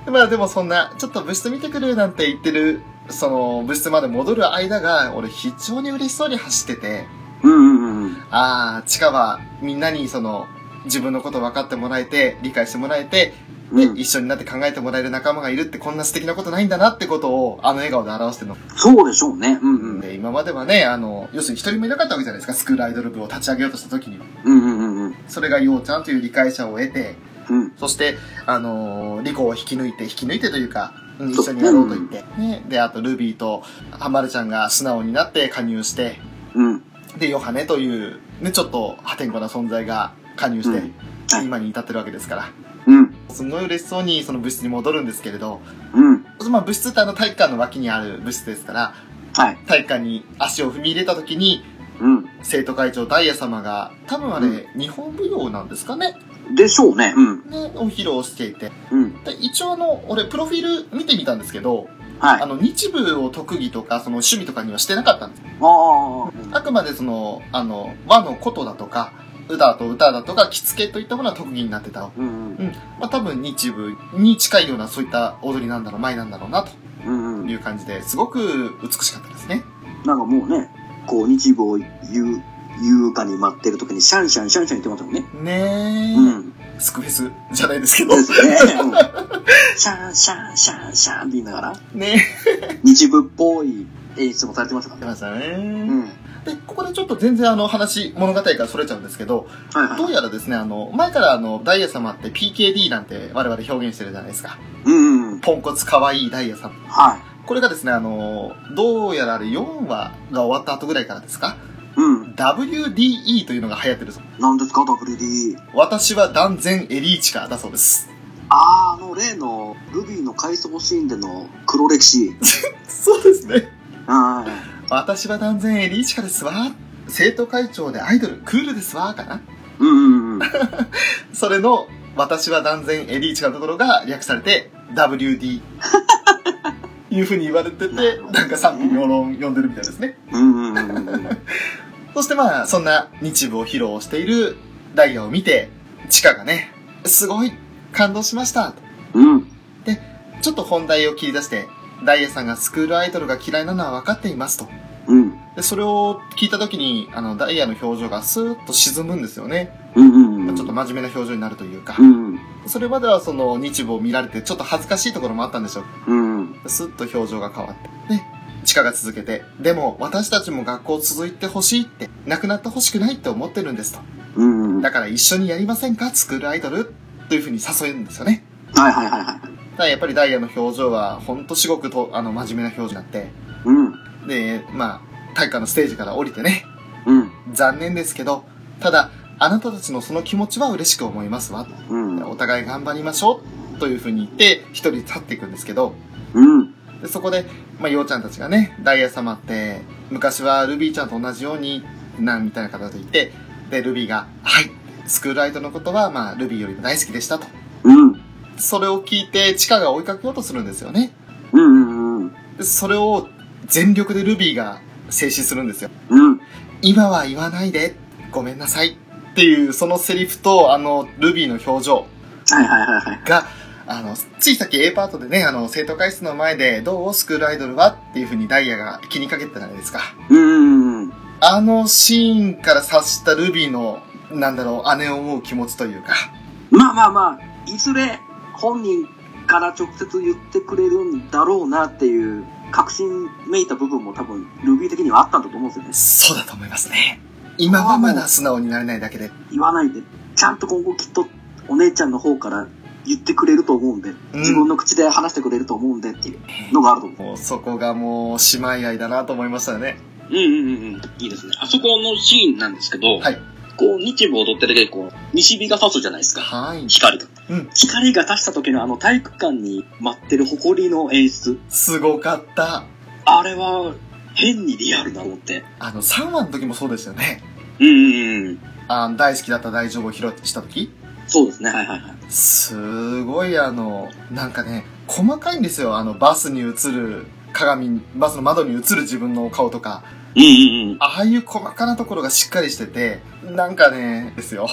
まあでもそんな、ちょっと部室見てくるなんて言ってる、その部室まで戻る間が、俺非常に嬉しそうに走ってて、
うんうんうんうん。うん。
ああ、地下はみんなにその、自分のことを分かってもらえて、理解してもらえて、
う
で、
ん。
一緒になって考えてもらえる仲間がいるってこんな素敵なことないんだなってことを、あの笑顔で表してるの。
そうでしょうね。うんうん。
で、今まではね、あの、要するに一人もいなかったわけじゃないですか、スクールアイドル部を立ち上げようとした時には。
うんうんうんうん。
それがようちゃんという理解者を得て、
うん。
そして、あのーリコを引き抜いて、引き抜いてというか、うん
そう
一緒にやろうと言って。ね、で、あと、ルビーと、ハマルちゃんが素直になって加入して、
うん。
で、ヨハネという、ね、ちょっと破天荒な存在が加入して、
うんはい
今に至ってるわけですから。
うん。
すごい嬉しそうにその部室に戻るんですけれど、
うん。
まあ部室ってあの体育館の脇にある部室ですから、
はい。
体育館に足を踏み入れた時に、
う
生徒会長ダイヤ様が、多分あれ、
う
日本舞踊なんですかね
ん。でしょうね。うん。
ね、を披露していて。
うん。
で一応あの、俺、プロフィール見てみたんですけど、
はい。
あ
あ
の、日舞を特技とか、その趣味とかにはしてなかったんです。
あ。
あくまでその、あの、和のことだとか、歌と歌だとか、着付けといったものは特技になってた。ま
うんうん。
あ多分日舞に近いようなそういった踊りなんだろう、舞なんだろうな、
うん
と
うん。
いう感じで、すごく美しかったですね。
なんかもうね、こう、日舞を言う、優雅に待ってる時にシャンシャンシャンシャン言ってますもんね。
ねえ、
うん。
スクフェスじゃないですけ ど
で。すね。うんシャンシャンシャンシャンって言いながら、
ね
日舞っぽい演出もされてましたか
え。
らね。
ました
う
ね。
ん。はい
で、ここでちょっと全然あの話、物語からそれちゃうんですけど、ど
は
うやらですね、あの、前からあの、ダイヤ様って PKD なんて我々表現してるじゃないですか。
い。うんうん。
ポンコツ可愛いダイヤ様。
はい。
これがですね、あの、どうやらあれ4話が終わった後ぐらいからですか
うん。
?WDE というのが流行ってるそう。
なんですか、WD。
私は断然エリーチカだそうです。
あー、あの、例の、ルビーの回想シーンでの黒歴史。
そうですね。
は
私は断然エリーチカですわ。生徒会長でアイドル、クールですわ、かな。
い。うんうんうん。
それの、私は断然エリーチカのところが略されて、WD。いうふうに言われてて、なんか賛否両論読んでるみたいですね。
うんうんうんうん。
そしてまあ、そんな日舞を披露しているダイヤを見て、チカがね、すごい感動しました。
うん。
ちょっと本題を切り出して、ダイヤさんがスクールアイドルが嫌いなのは分かっていますと。
うん。
で、それを聞いた時に、あの、ダイヤの表情がスーッと沈むんですよね。
うんうんうん。
ちょっと真面目な表情になるというか
う。ん。
それまではその日舞を見られて、ちょっと恥ずかしいところもあったんでしょう
うん。
スッと表情が変わって。ね。チカが続けて、でも私たちも学校続いてほしいって、なくなってほしくないって思ってるんですと。
うんうん。は
だ
い
から一緒にやりませんかスクールアイドルというふうに誘えるんですよね。
はいはいはい。
ただやっぱりダイヤの表情はほんと至極と、あの、真面目な表情になって、
うん。
で、まあ、体育館のステージから降りてね、
うん。
残念ですけど、ただ、あなたたちのその気持ちは嬉しく思いますわ。
うん。
お互い頑張りましょうというふうに言って、一人去っていくんですけど、
うん。
でそこで、まあ、ようちゃんたちがね、ダイヤ様って、昔はルビーちゃんと同じように、なん、みたいな形で言って、で、ルビーが、はい、スクールアイドルのことは、まあ、ルビーよりも大好きでしたと。
うん。
それを聞いて、チカが追いかけようとするんですよね。
うん。うん。
でそれを全力でルビーが制止するんですよ。
うん。
今は言わないで、ごめんなさい。っていう、そのセリフと、あの、ルビーの表情
はいはいはいはい。
が、あの、ついさっき A パートでね、あの、生徒会室の前で、どうスクールアイドルはっていう風にダイヤが気にかけてたじゃないですか。
うん。
あのシーンから察したルビーの、なんだろう、姉を思う気持ちというか。
まあまあまあ、いずれ本人から直接言ってくれるんだろうなっていう確信めいた部分も多分、ルビー的にはあったんだと思うんですよね。
そうだと思いますね。今はまだ素直になれないだけで、
言わないで。ちゃんと今後きっとお姉ちゃんの方から言ってくれると思うんで、自分の口で話してくれると思うんでっていうのがあると思う。
もうそこがもう姉妹愛だなと思いましたね。
うんうんうんうん。いいですね。あそこのシーンなんですけど、
はい
こう、日舞を踊ってる時にこう、西日が差すじゃないですか。
はい。
光が。
うん
光が差した時のあの体育館に舞ってる埃の演出。
すごかった。
あれは、変にリアルだと思って。
あの、3話の時もそうでしたよね。
うんうんうん。
あの、大好きだった大丈夫を披露した時。
そうですね。はいはいはい。
すごいあの、なんかね、細かいんですよ。あの、バスに映る鏡、バスの窓に映る自分の顔とか。
うんうん
ああいう細かなところがしっかりしてて、なんかね、ですよ。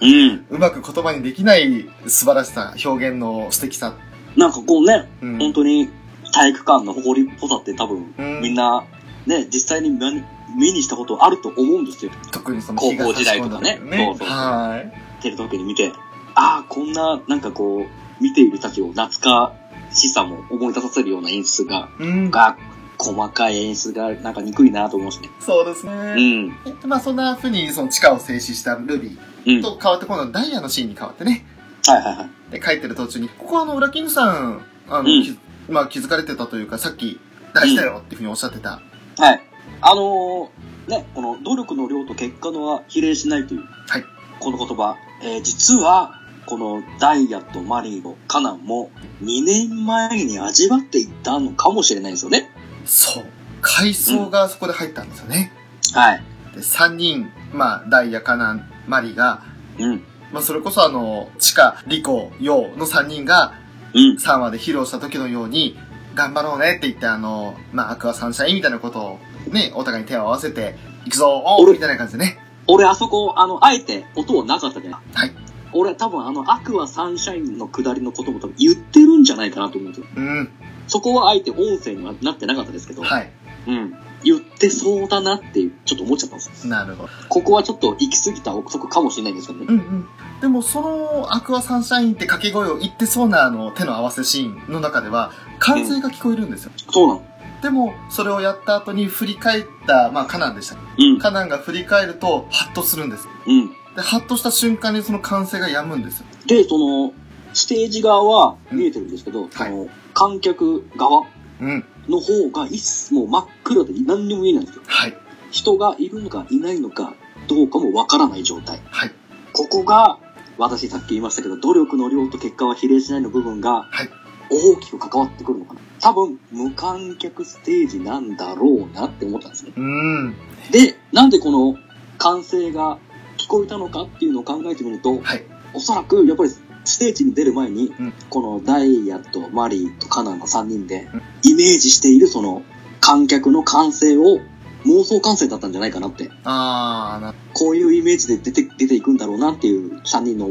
うん。うん。
うまく言葉にできない素晴らしさ、表現の素敵さ。
なんかこうね、
うん。
本当に体育館の誇りっぽさって多分、
うん
みんな、ね、実際に目
目にしたことあると思うんですよ。
特にその
高校時代とか
日
ね
が差し込んだ時
そうそう
はい。
テレ東京で見て、ああ、こんな、なんかこう、見ているたちを懐かしさも思い出させるような演出が、
うん。
が、細かい演出が、なんか憎いなと思いましたね。
そうですね。
うん。
えっとまあそんな風にその地下を静止したルビ
う
ー
ん。はい
と変わって今度はダイヤのシーンに変わってね。
はいはい。
で書いてる途中に、ここはあの、裏キングさん、あの、
うん
きまあ気づかれてたというか、さっき大事だよっていうふうにおっしゃってた。
はい。あのーね、この努力の量と結果のは比例しないという、
はい
この言葉、えー実は、このダイヤとマリーのカナンも2年前に味わっていたのかもしれないですよね。
そう。階層がそこで入ったんですよね。
はい。
で、3人、まあ、ダイヤ、カナン、マリが、
うん。
まあ、それこそあの、地下、リコ、ヨウの3人が
うん。
3話で披露した時のように、頑張ろうねって言って、あの、まあ、アクアサンシャインみたいなことを、ね、お互いに手を合わせて、行くぞー
俺
みたいな感じでね。
俺、あそこ、あの、あえて音をなかったじゃない。
はい。
俺、多分あの、アクアサンシャインの下りのことも多分言ってるんじゃないかなと思うんですよ。
うん。
そこはあえて音声にはなってなかったですけど、
はい。
うん。言ってそうだなっていう、ちょっと思っちゃったんですよ。
なるほど。
ここはちょっと行き過ぎた憶測かもしれないんですけどね。
うんうん。でも、その、アクアサンシャインって掛け声を言ってそうな、あの、手の合わせシーンの中では、歓声が聞こえるんですよ。
そうなの。
でも、それをやった後に振り返った、まあ、カナンでした。
うん。
カナンが振り返ると、ハッとするんです。
うん。
で、ハッとした瞬間にその歓声が止むんですよ。
で、その、ステージ側は見えてるんですけど、その、観客側
うん。
の方が一切もう真っ暗で何にも見えないんですよ。
はい。
人がいるのかいないのかどうかもわからない状態。
はい。
ここが、私さっき言いましたけど、努力の量と結果は比例しないの部分が
はい、
大きく関わってくるのかな。多分、無観客ステージなんだろうなって思ったんですね。
うん。
で、なんでこの歓声が聞こえたのかっていうのを考えてみると、
はい。
おそらくやっぱりステージに出る前に、
うん
このダイヤとマリーとカナンの3人で
うん、
イメージしているその観客の歓声を妄想歓声だったんじゃないかなって、
あー、な
こういうイメージで出て、出ていくんだろうなっていう3人の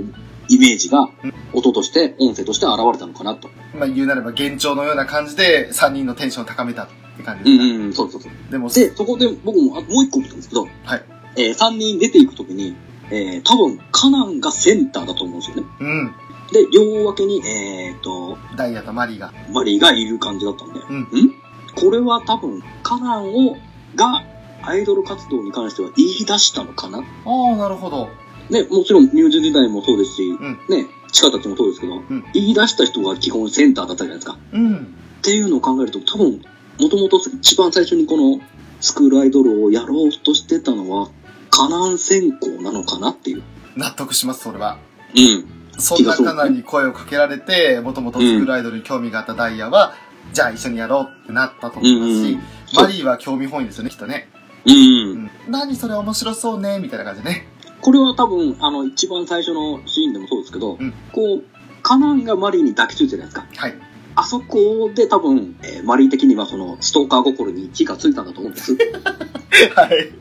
イメージが
うん、
音として、音声として現れたのかなと。
まあ、言うなれば幻聴のような感じで3人のテンションを高めたって感じ
う
です
ん
か、
うん、そうそうそう。
でも、
で、そこで僕もあもう一個見たんですけど、
はい
えー3人出ていくときに、えー多分カナンがセンターだと思うんですよね。
うん。
で、両脇に、えー、と、
ダイヤとマリーが。
マリーがいる感じだったんで、
うん
これは多分、カナンを、が、アイドル活動に関しては言い出したのかな
あー、なるほど。
ね、もちろんミュージ時代もそうですし、
ん
ね、チカたちもそうですけど、
ん
言い出した人が基本センターだったじゃないですか。
うん。
っていうのを考えると、多分、もともと一番最初にこの、スクールアイドルをやろうとしてたのは、カナン選考なのかなっていう。
納得します、それは。
うん。
そんなカナンに声をかけられて、もともとスクールアイドルに興味があったダイヤは、じゃあ一緒にやろうってなったと思いますし、
うんうん
マリーは興味本位ですよね、きっとね。
うん
うん。何それ面白そうね、みたいな感じでね。
これは多分、あの、一番最初のシーンでもそうですけど、
うん
こう、カナンがマリーに抱きついてるじゃないですか。
はい。
あそこで多分、えーマリー的にはその、ストーカー心に火がついたんだと思うんです。
はい。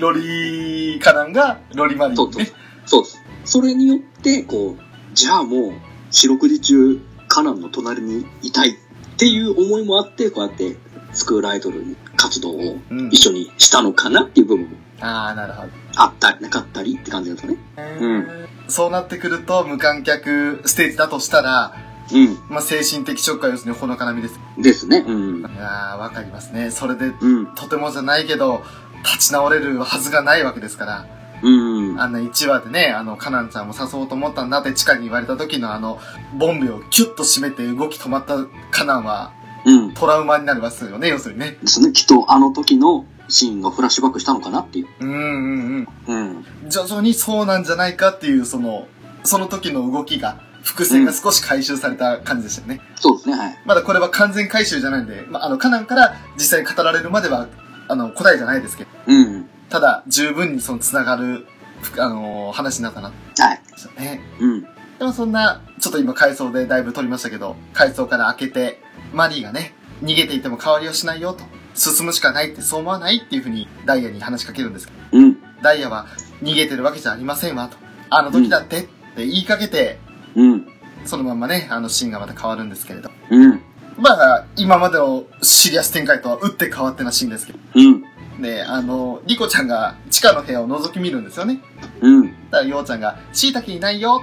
ロリーカナンが、ロリマリー
そ
に
うそう
ね。。
そうです。それによって、こう、じゃあもう、四六時中、カナンの隣にいたいっていう思いもあって、こうやって、スクールアイドル活動を
うん
一。緒にしたのかなっていう部分も
あー、なるほど。
あったり、なかったりって感じなんですかね。ん
そうなってくると、無観客ステージだとしたら、
う
まあ、精神的ショックは要するにほのかなみです。
ん。ですね。うん。
あー、わかりますね。それで、
うん。
とてもじゃないけど、立ち直れるはずがないわけですから。
うん。
あの1話でね、あの、カナンちゃんも誘おうと思ったんだって地下に言われた時のあの、ボンベをキュッと締めて動き止まったカナンは
うん。
トラウマになりますよね、要するにね。
ですね。きっとあの時のシーンがフラッシュバックしたのかなっていう。
うんうんうん。
うん。
徐々にそうなんじゃないかっていう、その、その時の動きが、伏線が少し回収された感じでしたよね。
そうですね、はい。
まだこれは完全回収じゃないんで、まあ、あの、カナンから実際に語られるまでは、あの、答えじゃないですけど、
うん。
ただ、十分にその繋がる、ふあの話になったな、
はい。
ね。
うん。
でもそんな、ちょっと今階層でだいぶ取りましたけど、階層から開けて、マリーがね、逃げていても変わりはしないよと、進むしかないってそう思わないっていうふうにダイヤに話しかけるんですけど、
うん。
ダイヤは逃げてるわけじゃありませんわと、あの時だってって言いかけて、
うん。
そのまんまね、あのシーンがまた変わるんですけれど。
うん。
まあ、今までのシリアス展開とは打って変わってなシーンですけど、
うん。
で、あの、リコちゃんが地下の部屋を覗き見るんですよね。
うん。
だから、ようちゃんが、しいたけいないよ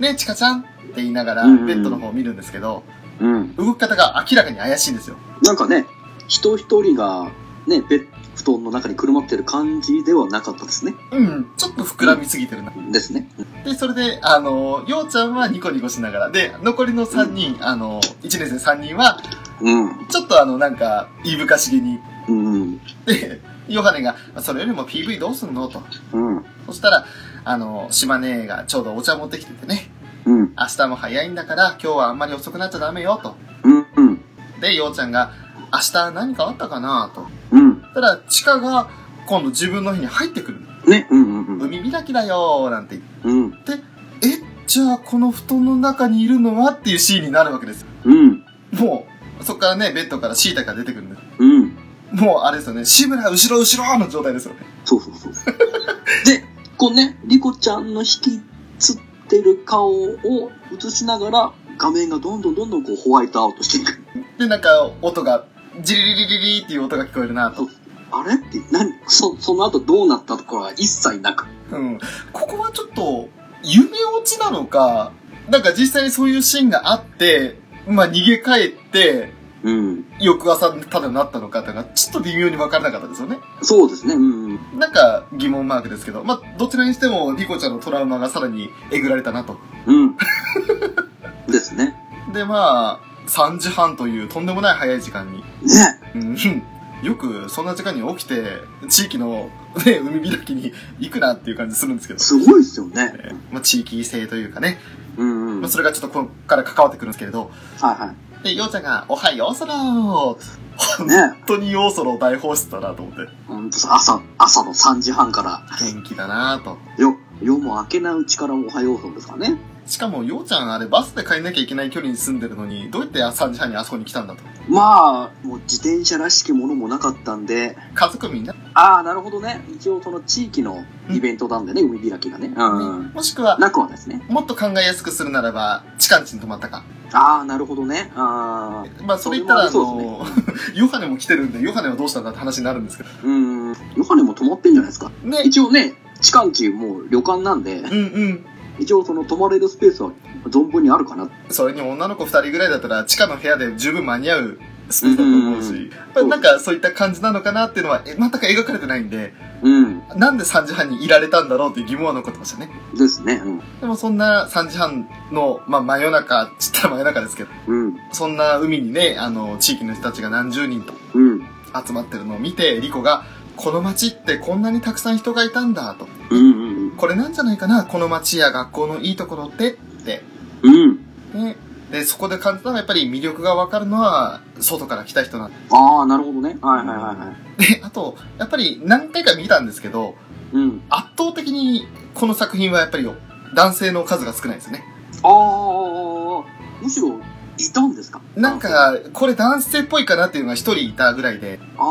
ね、ちかちゃんって言いながら、
うんうん
ベッドの方を見るんですけど、
うん。
動き方が明らかに怪しいんですよ。
なんかね、人一人が、ね、ベッ布団の中にくるまってる感じではなかったですね。
うん、ちょっと膨らみすぎてるな。
ですね。
で、それで、あの、ようちゃんはニコニコしながら、で、残りの3人、あの、1年生3人は、
うん。
ちょっとあの、なんか、いぶかしげに。
うん。
で、ヨハネが、それよりも PV どうすんのと。
うん。
そしたら、あの、島根がちょうどお茶持ってきててね、
うん。
明日も早いんだから、今日はあんまり遅くなっちゃダメよ、と。
うん。うん。
で、ようちゃんが、明日何かあったかな、と。
うん。
たら、チカが、今度自分の日に入ってくる。
ね。うん。うん。うん。
海開きだよ、なんて言って
うん。
え、じゃあこの布団の中にいるのはっていうシーンになるわけです。
うん。
もう、そこからね、ベッドからシータが出てくるんです。
うん。
もう、あれですよね、志村後ろ後ろの状態ですよね。
そうそうそう。で、こうね、リコちゃんの引きつってる顔を映しながら、画面がどんどんどんどんこうホワイトアウトしていく。
で、なんか、音が、ジリリリリリっていう音が聞こえるなと。
あれって、何そ、その後どうなったとかは一切なく。
うん。ここはちょっと、夢落ちなのか、なんか実際にそういうシーンがあって、まあ逃げ帰って、
うん。
翌朝ただなったのかとか、ちょっと微妙に分からなかったですよね。
そうですね、うん。
なんか疑問マークですけど、まあどちらにしてもリコちゃんのトラウマがさらにえぐられたなと。
うん。 ですね。
でまあ、3時半というとんでもない早い時間に、
ね。
うん、 よくそんな時間に起きて、地域の、ね、海開きに行くなっていう感じするんですけど、
すごいですよね。
まあ地域性というかね、
うんうん。
まあ
はい
それがちょっとここから関わってくるんですけれど、
は
で、ようちゃんが、おはようそろー
い。ね。
本当にようそろを大放出だなと思って、
ほんとさ朝、朝の3時半から、
元気だなと。
よ、夜も明けないうちからおはようとですかね。
しかも、ようちゃんあれバスで帰んなきゃいけない距離に住んでるのに、どうやって3時半にあそこに来たんだと。
まあ、もう自転車らしきものもなかったんで、
家族みんな、
ああ、なるほどね。一応その地域のイベントなんでね、海開きがね。うん。
もしくは、
なくはですね。
もっと考えやすくするならば、チカンチに泊まったか。
ああ、なるほどね。ああ。
まあ、それ言ったら、あ
それも
の、ヨハネも来てるんで、ヨハネはどうしたんだって話になるんですけど。
うん。ヨハネも泊まってんじゃないですか。
ね、
一応ね、地間地もう旅館なんで、
うんうん。
一応その泊まれるスペースは存分にあるかな。
それに女の子2人ぐらいだったら、地下の部屋で十分間に合うスペースだと思う
うん
し、まあなんかそういった感じなのかなっていうのは、え全く描かれてないんで、
うん。
なんで3時半にいられたんだろうっていう疑問は残ってましたね。
ですね。うん。
でもそんな3時半の、まあ真夜中、ちったら真夜中ですけど、
うん。
そんな海にね、あの、地域の人たちが何十人と
うん。
集まってるのを見て、リコが、この街ってこんなにたくさん人がいたんだと。
うん。うん。
これなんじゃないかなこの街や学校のいいところってって。
うん。
ね。で、そこで感じたのはやっぱり魅力がわかるのは、外から来た人なんで。
ああ、なるほどね。はいはいはいはい。
で、あと、やっぱり何回か見たんですけど、
うん。
圧倒的にこの作品はやっぱり男性の数が少ないですね。
ああ、むしろ、いたんですか
なん、か、これ男性っぽいかなっていうのが一人いたぐらいで、
あ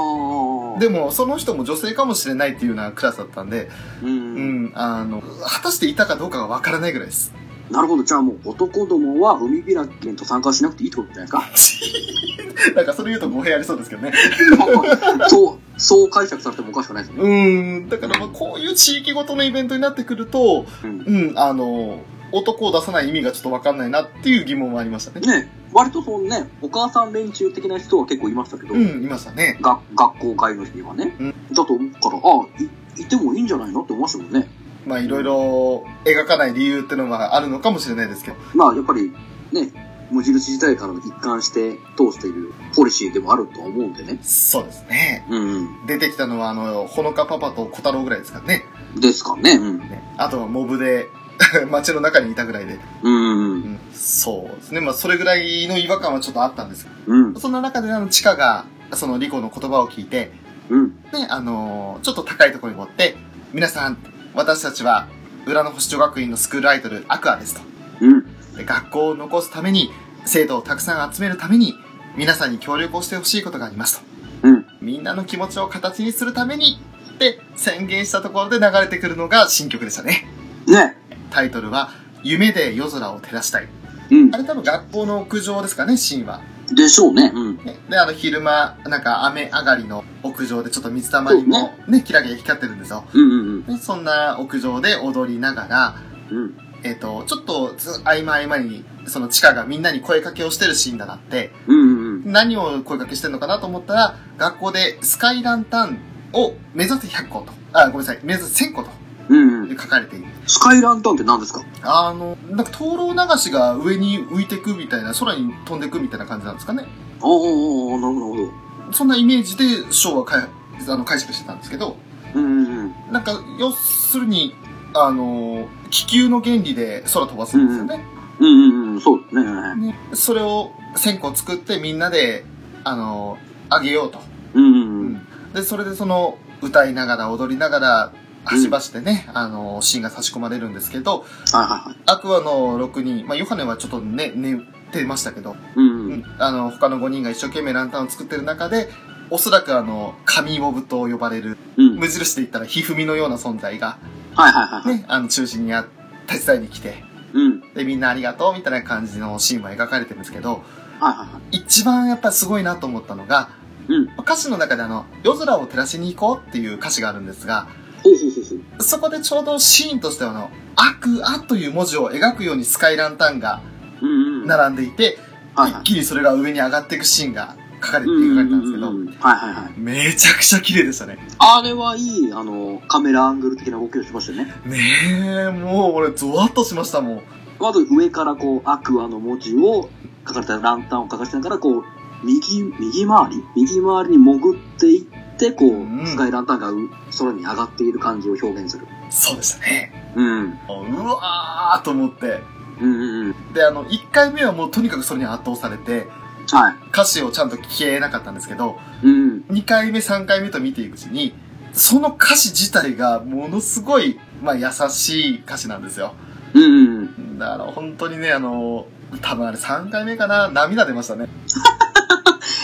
あ。
で、もその人も女性かもしれないっていうようなクラスだったんで、
う。
うんん、あの、果たしていたかどうかがわからないぐらいです。
なるほど。じゃあもう男どもは海開きにと参加しなくていいってことじゃな いです
なんかそれ言うと語弊ありそうですけどね。
かそう、そう解釈されてもおかしくないですね。
うん、だからまあこういう地域ごとのイベントになってくると、
うん。
うん、あの、男を出さない意味がちょっとわかんないなっていう疑問はありましたね。
ね、割とそのね、お母さん連中的な人は結構いましたけど、
うん、いましたね。
が学校会の人はね、
うん
だと思うから、ああ、いいてもいいんじゃないのって思いましたもんね。
まあいろいろ描かない理由ってのはあるのかもしれないですけど。
まあ、やっぱりね、無印時代からの一貫して通しているポリシーでもあるとは思うんでね。
そうですね。
うん、
出てきたのはあの、ほのかパパと小太郎ぐらいですからね。
うん。ですかね。うん。
ね、あとはモブで 街の中にいたぐらいで、
うん、う。
うんん、そうですねまあそれぐらいの違和感はちょっとあったんですけ
うん
ど。そんな中であのチカがそのリコの言葉を聞いて、
うん。
ねあのーちょっと高いところに持って皆さん私たちは裏の星女学院のスクールアイドルアクアですと
うん。
で学校を残すために生徒をたくさん集めるために皆さんに協力をしてほしいことがありますと、
うん
みんなの気持ちを形にするためにって宣言したところで流れてくるのが新曲でしたね
ね。
タイトルは「夢で夜空を照らしたい」
うん
あ。れ多分学校の屋上ですかねシーンは
でしょうね。うん。
ねで、あの、昼間、なんか雨上がりの屋上で、ちょっと水たまりもね、キラキラ光ってるんですよ。
うんうん
で、そんな屋上で踊りながら、
うん。うん。
えっ、と、ちょっとず、合間合間に、その地下がみんなに声かけをしてるシーンだなって、
うんうんうん。
何を声かけしてるのかなと思ったら、学校でスカイランタンを目指せ100個と、あ、ごめんなさい、目指せ1000個と
うんうん。
書かれている。
スカイランタンって何ですか
あの、なんか灯籠流しが上に浮いてくみたいな、空に飛んでくみたいな感じなんですかね。
ああ、なるほど、なるほ
そんなイメージでショーはかいあの解釈してたんですけど、
ど。うんうんうん。
なんか、要するに、あの、気球の原理で空飛ばすんですよね。
うんうんうん、そうね。うん
ねそれを1000個作ってみんなで、あの、あげようと。
うんうん。
で、それでその、歌いながら踊りながら、端々でね、あの、シーンが差し込まれるんですけど、
はいはいはい。
アクアの6人、まあ、ヨハネはちょっとね、寝てましたけど、
うん
う
うん。
んあの、他の5人が一生懸命ランタンを作ってる中で、おそらくあの、神オブと呼ばれる、
うん。
無印で言ったらひふみのような存在が、
はいはいはいはい。
ね、あの、中心にあ手伝いに来て、
うん。
で、みんなありがとうみたいな感じのシーンは描かれてるんですけど、
はいはいはい。
一番やっぱすごいなと思ったのが、
うん
歌詞の中であの、夜空を照らしに行こうっていう歌詞があるんですが、
ほうほうほうほう。
そこでちょうどシーンとしてはあの、アクアという文字を描くようにスカイランタンが
うんうん。はい
並んでいて、
はい。
一気にそれが上に上がっていくシーンが書かれて、
う
描
んう
かれ
ん
たんで
う
すけど、
んうん。はいはいはい。
めちゃくちゃ綺麗でしたね。
あれはいい、あの、カメラアングル的な動きをしましたよね。
ねえ、もう俺ゾワッとしましたもん。
まず上からこう、アクアの文字を書かれたランタンを書かせながら、こう、右、右回り右回りに潜っていって、こ
うん
う、スカイランタンがう空に上がっている感じを表現する。
そうでしたね。
うん。
うわーと思って。
うんうんうん。
で、あの、1回目はもうとにかくそれに圧倒されて、
はい。
歌詞をちゃんと聞けなかったんですけど、
うん。
2回目、3回目と見ていくうちに、その歌詞自体がものすごい、まあ、優しい歌詞なんですよ。
うんうんうん。
だから本当にね、あの、多分あれ3回目かな、涙出ましたね。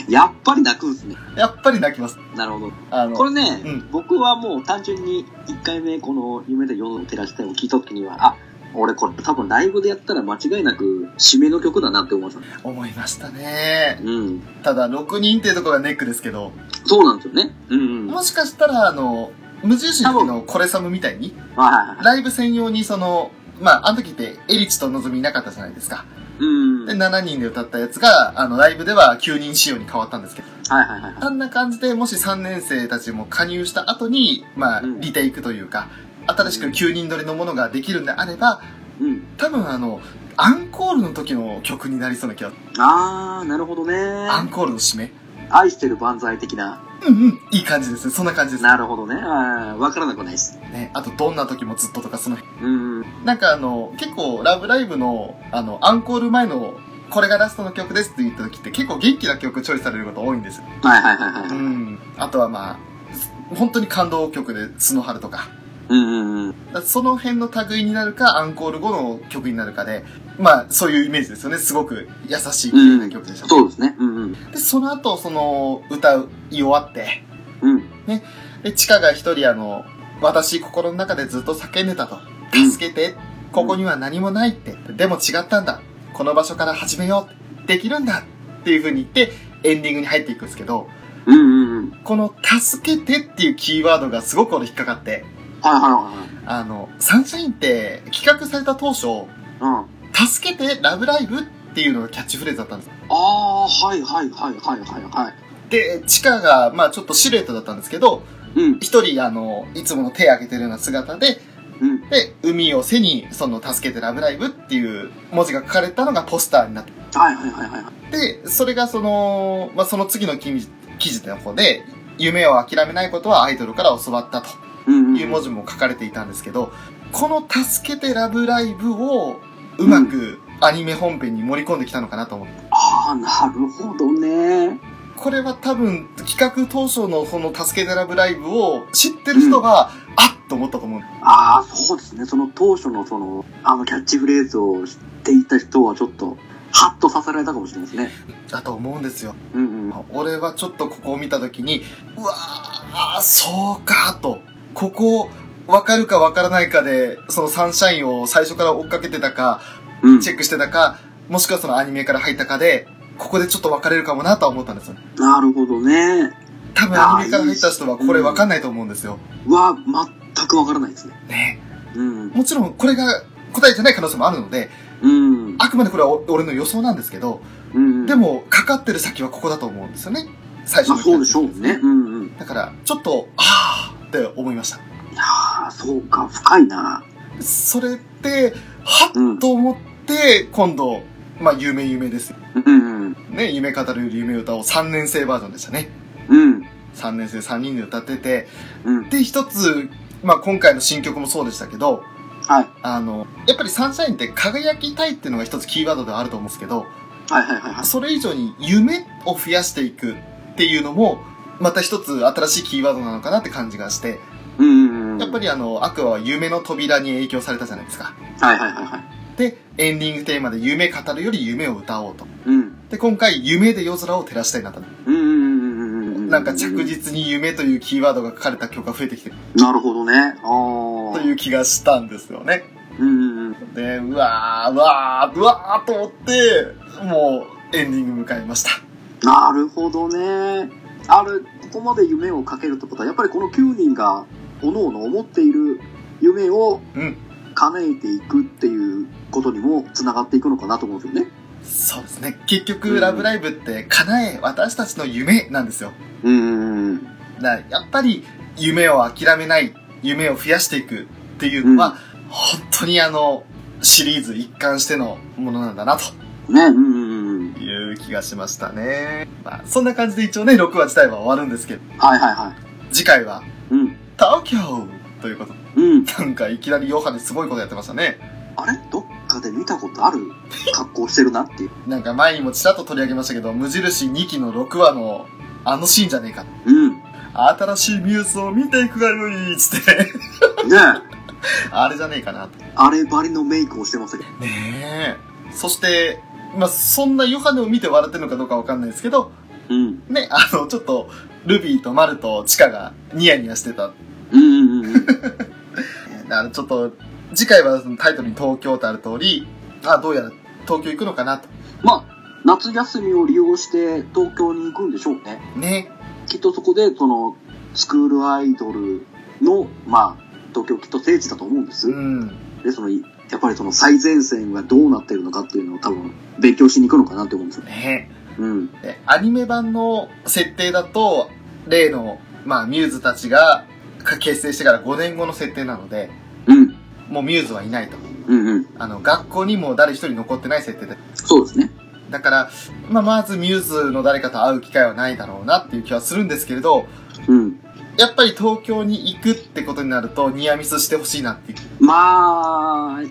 やっぱり泣くんですね。
やっぱり泣きます。
なるほど。
あの、
これね、
うん
僕はもう単純に1回目この夢で夜を照らしたいを聞いた時には、あ、俺これ多分ライブでやったら間違いなく締めの曲だなって思いました。
思いましたね。
うん。
ただ、6人っていうところがネックですけど、
そうなんですよね。うんうん。は
もしかしたら、あの、無印の時のコレサムみたいに、
いはいはい。
ライブ専用にその、まあ、あの時って、エリチとのぞみいなかったじゃないですか。
うん。
で、
はい
7人で歌ったやつが、あの、ライブでは9人仕様に変わったんですけど、
はいはいはい。
あんな感じで、もし3年生たちも加入した後に、まあ、
うん
リテイクというか、新しく9人撮りのものができるんであれば、
うん。
多分あの、アンコールの時の曲になりそうな気が、
あー、なるほどね。
アンコールの締め
愛してる万歳的な。
うんうん、いい感じですね。そんな感じです
なるほどね。あー、わからなくはないです。
ね。あと、どんな時もずっととか、その
うん。
なんかあの、結構、ラブライブの、あの、アンコール前の、これがラストの曲ですって言った時って結構元気な曲チョイスされること多いんですよ。
はいはいはいは
う
い。
ん。あとはまあ、本当に感動曲で、スノハルとか。
うんうんうん。
だからその辺の類になるか、アンコール後の曲になるかで、まあ、そういうイメージですよね。すごく優しい、綺麗な曲でした、
そうですね。うんうん。
で、その後、その、歌い終わって、
うん。
で、チカが一人あの、私心の中でずっと叫んでたと。助けて。ここには何もないって。でも違ったんだ。この場所から始めよう。できるんだ。っていう風に言って、エンディングに入っていくんですけど、
うんうんうん。
この助けてっていうキーワードがすごく俺引っかかって、
はいは
あの、サンシャインって企画された当初、
いはい。うん。
助けてラブライブっていうのがキャッチフレーズだったんです。
あー、はいはいはいはいはいはい。
で、チカが、まあちょっとシルエットだったんですけど、
うん。
一人あの、いつもの手挙げてるような姿で、
うん。
で、海を背に、その、助けてラブライブっていう文字が書かれたのがポスターになって、
はいはいはいはい。
で、それがその、まあ、その次の記事記事の方で、夢を諦めないことはアイドルから教わったと
うんうん。
いう文字も書かれていたんですけど、この助けてラブライブをうまくアニメ本編に盛り込んできたのかなと思って。
ああ、なるほどね。
これは多分企画当初のその助けてラブライブを知ってる人が、あっと思ったと思う。
ああ、そうですね。その当初のその、あのキャッチフレーズを知っていた人はちょっと、ハッとさせられたかもしれないですね。
だと思うんですよ。
うんうん。
俺はちょっとここを見た時にうわーそうかとここ分かるか分からないかでそのサンシャインを最初から追っかけてたか
うん。
チェックしてたかもしくはそのアニメから入ったかでここでちょっと分かれるかもなとは思ったんですよ。
なるほどね。
多分アニメから入った人はこれ分かんないと思うんですよ。
は、全くわからないですね。
ね。
うん。
もちろんこれが答えじゃない可能性もあるので、
うん。
あくまでこれはお俺の予想なんですけど、
うん。
で、も、かかってる先はここだと思うんですよね。最初
ま
の
あそうでしょうね。うんうん。
だから、ちょっと、あーって思いました。
ああ、そうか、深いな。
それって、は
う
っ
ん。
と思って、今度、まあ、夢夢ですよ。
うんうん。
ね、夢語る夢歌を3年生バージョンでしたね。
うん。
3年生3人で歌ってて、
うん。
で、一つ、まあ、今回の新曲もそうでしたけど、
はい。
あの、やっぱりサンシャインって輝きたいっていうのが一つキーワードではあると思うんですけど、
はいはいはいはい。
それ以上に夢を増やしていくっていうのも、また一つ新しいキーワードなのかなって感じがして、
うんうんうん。
やっぱりあの、アクアは夢の扉に影響されたじゃないですか。
はいはいはいはい。
で、エンディングテーマで夢語るより夢を歌おうと。
うん。
で、今回夢で夜空を照らしたいなと。
うんうんうんうんうん。
なんか着。実に夢というキーワードが書かれた曲が増えてきてる
なるほどね。あ
と
あ。
いう気がしたんですよね。
うんうんうん。
で、うわー、うわー、うわーと思って、もうエンディング迎えました。
なるほどね。ある、ここまで夢をかけるってことは、やっぱりこの9人が、各々思っている夢を
うん。
叶えていくっていうことにも繋がっていくのかなと思うんですよね。
そうですね。結
う
局、
ん
ラブライブって、叶え、私たちの夢なんですよ。
うんうんうん。
だやっぱり、夢を諦めない、夢を増やしていくっていうのは、
うん
本当にあの、シリーズ一貫してのものなんだな、と
ね、うんうんうん。
いう気がしましたね。まあ、そんな感じで一応ね、6話自体は終わるんですけど、
はいはいはい。
次回は、
うん。
東京ということで。
うん。
なんか、いきなりヨハネすごいことやってましたね。
あれどっかで見たことある格好してるなっていう。
なんか前にもちらっと取り上げましたけど、無印2期の6話の、あのシーンじゃねえか。
うん。ね
新しいニュースを見ていくがよいつって、 あれじゃねえかなと。
あればりのメイクをしてましたけど。
ねえ。そして、まあ、そんなヨハネを見て笑ってるのかどうかわかんないですけど、
うん。
ね、あの、ちょっと、ルビーとマルとチカがニヤニヤしてた。
うんうんうん うん。
あの、ちょっと、次回はそのタイトルに東京とある通り、あ、どうやら東京行くのかなと。
まあ、夏休みを利用して東京に行くんでしょうね。
ね。
きっとそこで、その、スクールアイドルの、まあ、東京きっと聖地だと思うんです。
うん。
で、その、やっぱりその最前線がどうなってるのかっていうのを多分、勉強しに行くのかなって思うんですよね。
ね
うん。
でアニメ版の設定だと、例の、まあ、ミューズたちが結成してから5年後の設定なので、
うん。
もうミューズはいないと。
うんうん。
あの、学校にも誰一人残ってない設定で。
そうですね。
だから、まあ、まずミューズの誰かと会う機会はないだろうなっていう気はするんですけれど、
うん。
やっぱり東京に行くってことになると、ニアミスしてほしいなっていう。
まあ、い、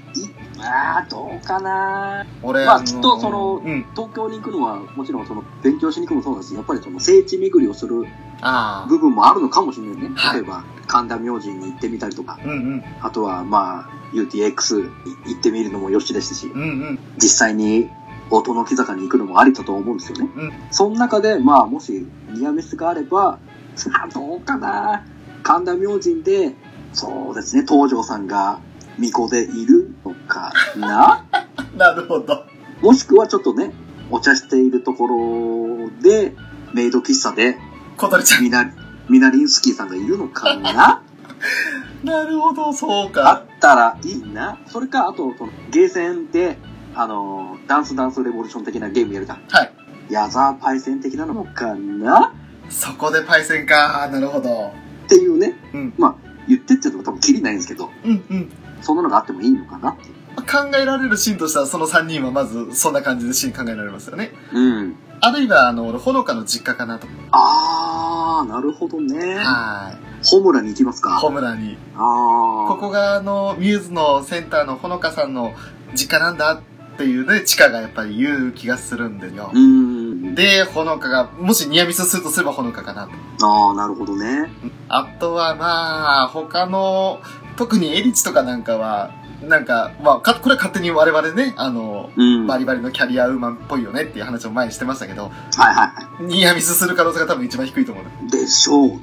まあ、どうかな。
俺、
まあ
の
きっとその
うん。
東京に行くのは、もちろんその、勉強しに行くのもそうだし、やっぱりその、聖地巡りをする
あ
部分もあるのかもしれないね
は。い
例えば、神田明神に行ってみたりとか
あ。、うんうん。
あとは、まあ、UTX に行ってみるのもよしでしたし、
うんうん。
実際に音の木坂に行くのもありだと思うんですよね。
うん
その中で、まあ、もし、ニアミスがあれば、さあ、どうかな神田明神で、そうですね、東條さんが巫女でいるのか な
なるほど。
もしくはちょっとね、お茶しているところで、メイド喫茶で、
小鳥ちゃ
みな、みなりんすきさんがいるの かな
ん。なるほど、そう
あ
か。
ったらいいな。それか、あと、その、ゲーセンで、あの、ダンスダンスレボリューション的なゲームやるか。
はい。
ヤザーパイセン的なのもかな
そこでパイセンか。なるほど。
っていうね、
うん。
言ってっていうのが多分きりないんですけど、
うんうん。
そんなのがあってもいいのかなっていう。
考えられるシーンとしては、その3人はまず、そんな感じでシーン考えられますよね。
うん。
あるいは、あの、俺ほのかの実家かなと。
あー、なるほどね。
は
ホムラに行きます
い。
か。
ホムラに。
あー。
ここが、あの、ミューズのセンターのほのかさんの実家なんだっていうね、チカがやっぱり言う気がするんでよ
う。ん。
で、ほのかが、もしニアミスするとすればほのかかなと。
あー、なるほどね。
あとは、まあ、他の、特にエリチとかなんかは、なんか、まあ、かこれは勝手に我々ね、あの、
うん。
バ
はい
リバリのキャリアウーマンっぽいよねっていう話を前にしてましたけど、
はいは
ニアミスする可能性が多分一番低いと思う。
い。でしょうね。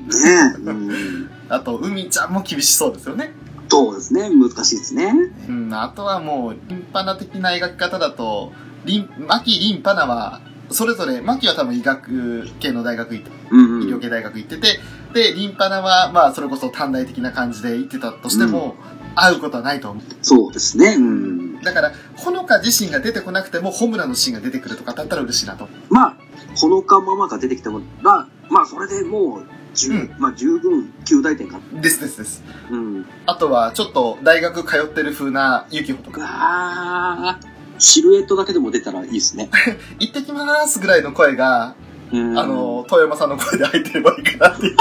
うん。
あと、海ちゃんも厳しそうですよね。
そうですね。難しいですね。
うん、あとはもう、リンパナ的な描き方だと、リン、マキリンパナは、それぞれ、マキは多分医学系の大学行って、
うん
医療
うん。
系大学行ってて、で、リンパナは、まあ、それこそ短大的な感じで行ってたとしても、会うことはないと思う。
そうですね。うん。
だから、ほのか自身が出てこなくても、ホムラのシーンが出てくるとかだったら嬉しいなと。
まあ、ほのかママが出てきてもら、まあ、それでもう、十、
うん
まあ、十分、旧大点かな。
ですですです。
うん。
あとは、ちょっと、大学通ってる風なユキホとか、
あー、シルエットだけでも出たらいいですね。
行ってきまーすぐらいの声が、
うん
あの、遠山さんの声で入ってればいいかなって いう。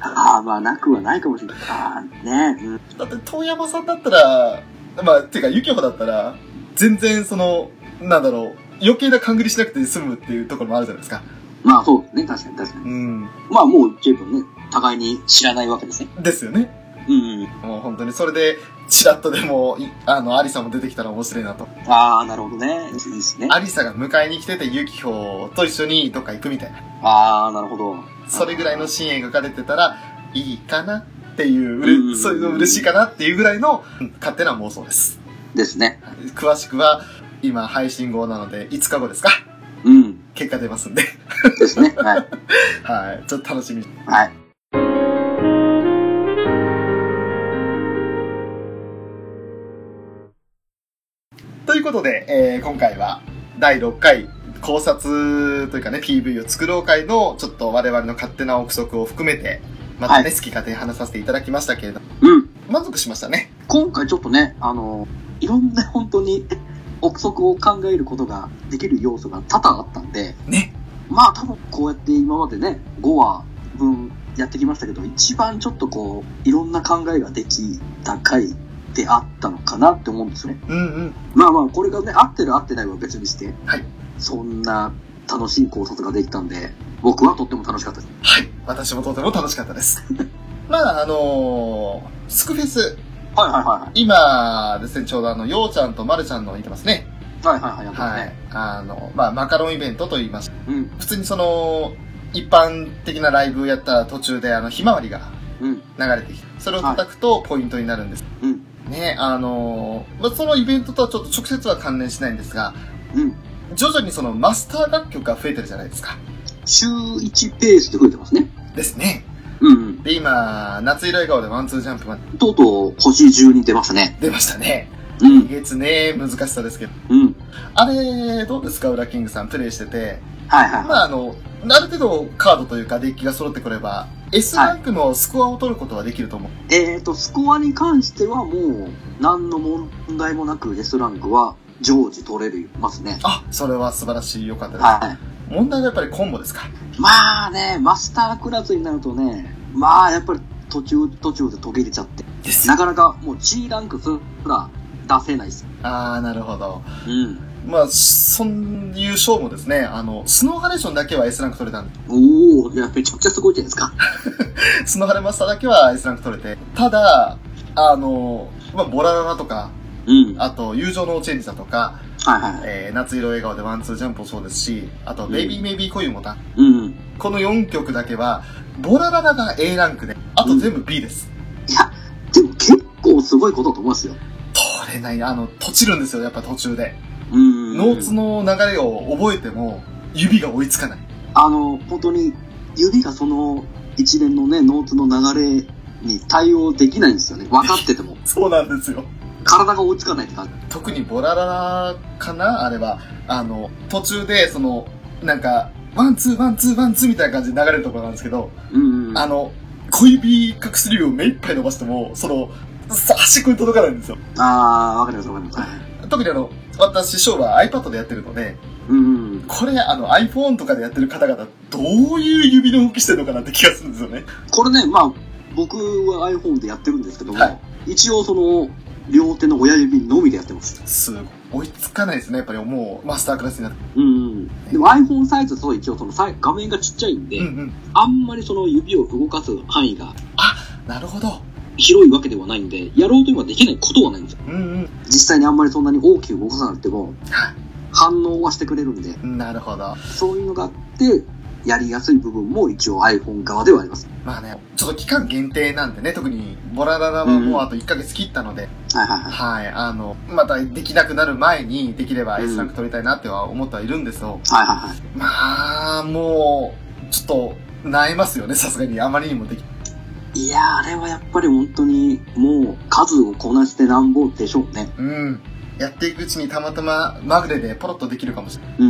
ああ、まあ、なくはないかもしれない。ああ、ね、うん。
だって、遠山さんだったら、まあ、てか、ユキホだったら、全然、その、なんだろう、余計な勘繰りしなくて済むっていうところもあるじゃないですか。
まあ、そうですね。確かに、確かに。
うん。
まあ、もう、十分ね、互いに知らないわけですね。
ですよね。
うん、うん。
もう本当に、それで、チラッとでも、いあの、アリサも出てきたら面白いなと。
ああ、なるほどね。いいですね。
アリサが迎えに来てて、ユキホと一緒にどっか行くみたいな。
ああ、なるほど。
それぐらいのシーン描かれてたら、いいかなっていう、う
うん
れそういうの嬉しいかなっていうぐらいの、うん勝手な妄想です。
ですね。
詳しくは、今、配信後なので、5日後ですか
うん。
結果出ますんで。
ですね。はい。
はい。ちょっと楽しみ。
はい。
ということで、えー今回は第6回考察というかね、PV を作ろう会のちょっと我々の勝手な憶測を含めて、またね、好き勝手に話させていただきましたけれど、
うん。
満足しましたね。
今回ちょっとね、あの、いろんな 本当に憶測を考えることができる要素が多々あったんで、
ね。
まあ多分こうやって今までね、5話分やってきましたけど、一番ちょっとこう、いろんな考えができた回であったのかなって思うんですよね。
うんうん。
まあまあ、これがね、合ってる合ってないは別にして、
はい
そんな楽しい考察ができたんで、僕はとっても楽しかったです。
はい。私もとても楽しかったです。 まあ、あのースクフェス、
はいはいはいはい。
今ですね、ちょうどあの、ようちゃんとまるちゃんの言ってますね。
はいはいはい、やっぱ
は
り
い
ね。。
あの、まあ、マカロンイベントと言いました。
うん、
普通にその、一般的なライブやった途中で、あの、ひまわりが
うん、
流れてきて、それを叩くとポイントになるんです。
うん、
ね、あのーまあ、そのイベントとはちょっと直接は関連しないんですが、
うん。
徐々にそのマスター楽曲が増えてるじゃないですか。
週1ペースで増えてますね。
ですね。
うん、
で、今、夏色笑顔でワンツージャンプが
うん。とうとう星10に出ましたね。
出ましたね。
う
え
ん、
げつね難しさですけど。
うん。
あれ、どうですか、ウラキングさん、プレイしてて。
はいはいはい。
まあ、あの、ある程度カードというかデッキが揃ってくれば、S ランクのスコアを取ることはできると思う。
えっ、と、スコアに関してはもう、何の問題もなく S ランクは常時取れるますね。
あ、それは素晴らしい、よかったです。
は
問題はやっぱりコンボですか。
い。まあね、マスタークラスになるとね、まあやっぱり途中途中で途切れちゃって、
です
なかなかもう G ランクすら出せないです。
あー、なるほど。
うん。
まあ、そういう勝負もですね、あの、スノーハレーションだけは S ランク取れたんで、
おー、いや、めちゃくちゃすごいじゃないですか。
スノーハレマスターだけは S ランク取れて、ただ、あの、まあ、ボラララとか、
うん。はい
あと、友情のチェンジだとか、
はい。
えー、夏色笑顔でワンツージャンプもそうですし、あと、ベイビーメイビー恋もた、
うん。
この4曲だけは、ボラララが A ランクで、あと全部 B です。
いや、でも結構すごいことだと思いますよ。
取れない、あの、閉じるんですよ、やっぱ途中で。
うん
ノーツの流れを覚えても、指が追いつかない。
あの、本当に指がその一連のね、ノーツの流れに対応できないんですよね。分かってても。
そうなんですよ。
体が追いつかないって感じ。
特にボラララかなあれは、あの、途中で、その、なんか、ワンツー、ワンツー、ワンツーみたいな感じで流れるところなんですけど、
うん、うん。
あの、小指隠す指を目いっぱい伸ばしても、その、さ端っこに届かないんですよ。
あー、わかりますわかります。
特にあの、私、ショーは iPad でやってるので、
うん。
これ、あの、iPhone とかでやってる方々、どういう指の動きしてるのかなって気がするんですよね。
これね、まあ、僕は iPhone でやってるんですけども、
はい
一応その、両手の親指のみでやってます。
すごい。追いつかないですね、やっぱりもう、マスタークラスになって。
うん。でも iPhone サイズだと一応そのさい画面がちっちゃいんで、
うんうん。
あんまりその指を動かす範囲が
なるほど。
広いわけではないんで、やろうと今できないことはないんですよ。
うん
実際にあんまりそんなに大きく動かさなくても
は、
反応はしてくれるんで、
うん。なるほど。
そういうのがあって、
やりやすい部分も一応 iPhone 側ではあります。
まあね、ちょっと期間限定なんでね、特にボラララはもうあと1ヶ月切ったので、
はいはいはい。
はい、あの、またできなくなる前にできれば
うん
S ランク取りたいなっては思ってはいるんですよ。
はいはいはい。
まあ、もう、ちょっと、萎えますよね、さすがに。あまりにもでき、
いやー、あれはやっぱり本当に、もう数をこなしてなんぼでしょうね。
うん。やっていくうちにたまたままぐれでポロッとできるかもしれない。
うー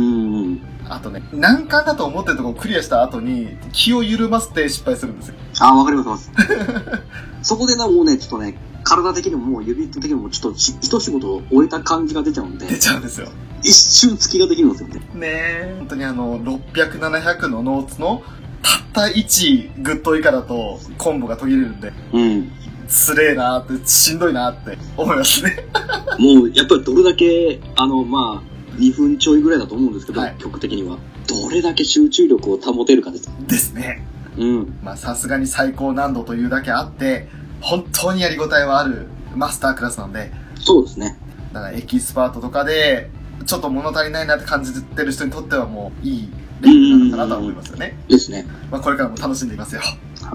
ん。
あとね、難関だと思ってるところをクリアした後に、気を緩ませて失敗するんですよ。
あー、わかりますわかり ます。そこでな、もうね、ちょっとね、体的にももう指的にもちょっとし一仕事終えた感じが出ちゃうんで、
出ちゃうんですよ。
一瞬隙ができるんですよね。
ねえ。本当にあの、600、700のノーツの、たった1グッド以下だと、コンボが途切れるんで、
うん。
つれえなーって、しんどいなーって思いますね。
もうやっぱりどれだけあのまあ2分ちょいぐらいだと思うんですけど、
はい
曲的にはどれだけ集中力を保てるかです
ですね。
うん
まあ、さすがに最高難度というだけあって、本当にやりごたえはあるマスタークラスなんで、
そうですね
だからエキスパートとかで、ちょっと物足りないなって感じてる人にとってはもういいレベルなのかなとは思いますよね。
ですね
まあ、これからも楽しんでいますよ。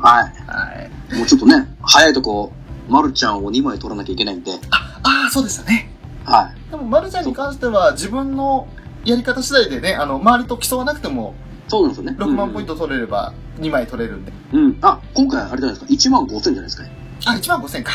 は
はい。
いもうちょっとね早いとこまるちゃんを2枚取らなきゃいけないんで
ああ、そうでしたね。
は
でも、マルちゃんに関しては自分のやり方次第でね、あの、周りと競わなくても
いそうなんですよね
6万ポイン
ン
ト取れれば2枚取れるんで。
トうん、あ今回あれじゃないですか1万5000じゃないですかね
あ、1万5千か。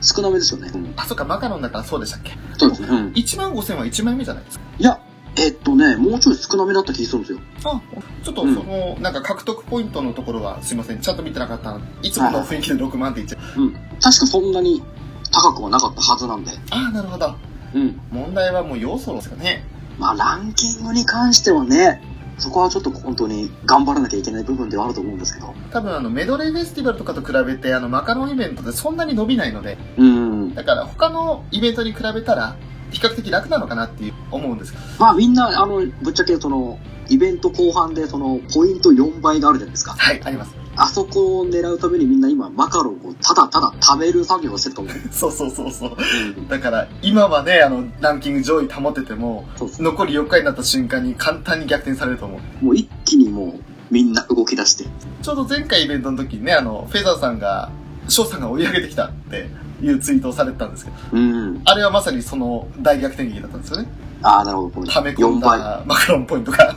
少なめですよね、うん、
あ、そっか、マカロンだからそうでしたっけ。
そうですね、うん、
1万5千は1枚目じゃないですか。
いやえっとねもうちょい少なめだった気がするんですよ
あ、ちょっとその、なんか獲得ポイントのところはすいません、ちゃんと見てなかったのいつもの雰囲気で6万って言っちゃう。
確かそんなに高くはなかったはずなんで
ああ、なるほど。
うん
問題はもう要素ですかね。
まあランキングに関してはね、そこはちょっと本当に頑張らなきゃいけない部分ではあると思うんですけど。
多分あのメドレーフェスティバルとかと比べてあのマカロンイベントってそんなに伸びないので、
うん。
だから他のイベントに比べたら、比較的楽なのかなっていう思うんですけど。
まあみんな、あの、ぶっちゃけその、イベント後半でその、ポイント4倍があるじゃないですか。
はい、あります。
あそこを狙うためにみんな今、マカロンをただただ食べる作業をしてると思う。
そうそうそうそう。
うん
だから、今はね、あの、ランキング上位保てても、
そうです
残り4回になった瞬間に簡単に逆転されると思う。
もう一気にもう、みんな動き出して。
ちょうど前回イベントの時にね、あの、フェザーさんが、翔さんが追い上げてきたっていうツイートをされてたんですけど、
うん。
あれはまさにその大逆転劇だったんですよね。
ああ、なるほど。この
溜め込ん
4倍、
だマカロンポイントが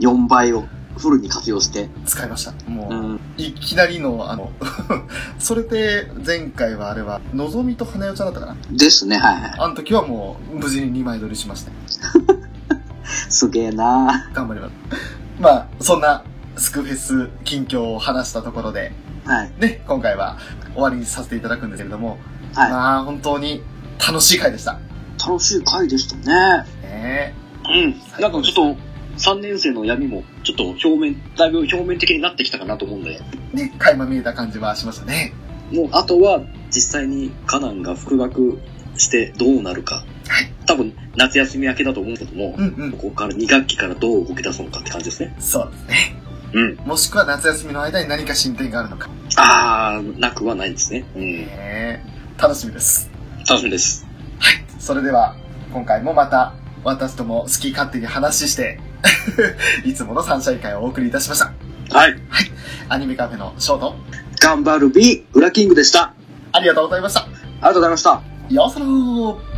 4倍をフルに活用して。
使いました。も
う
う、
ん。
いきなりの、 あの、それで前回はあれは、のぞみと花代ちゃんだったかな。
ですね、はいはい。
あの時はもう無事に2枚取りしました。
すげえな
頑張ります。まあ、そんなスクフェス近況を話したところで、
はい。
ね、今回は終わりにさせていただくんですけれども、
はい
まあ、本当に楽しい回でした。
楽しい回でしたね。
ね
うん、なんかちょっと、3年生の闇も、ちょっと表面、だいぶ表面的になってきたかなと思うんで、
えね、垣間見えた感じはしましたね。
もうあとは実際にカナンが復学してどうなるか、
はい
多分夏休み明けだと思うんですけども、
うんうん。
ここから2学期からどう動き出すのかって感じですね。
そうですね。
うん。
もしくは夏休みの間に何か進展があるのか。
あー、なくはないですね。うん。
ねえ楽しみです。
楽しみです。
それでは、今回もまた、私とも好き勝手に話して、 いつものサンシャイン会をお送りいたしました。
はい。
アニメカフェのショート、
頑張る B、ウラキングでした。あ
ありがとうございました。
りがとうございました。
ようそろー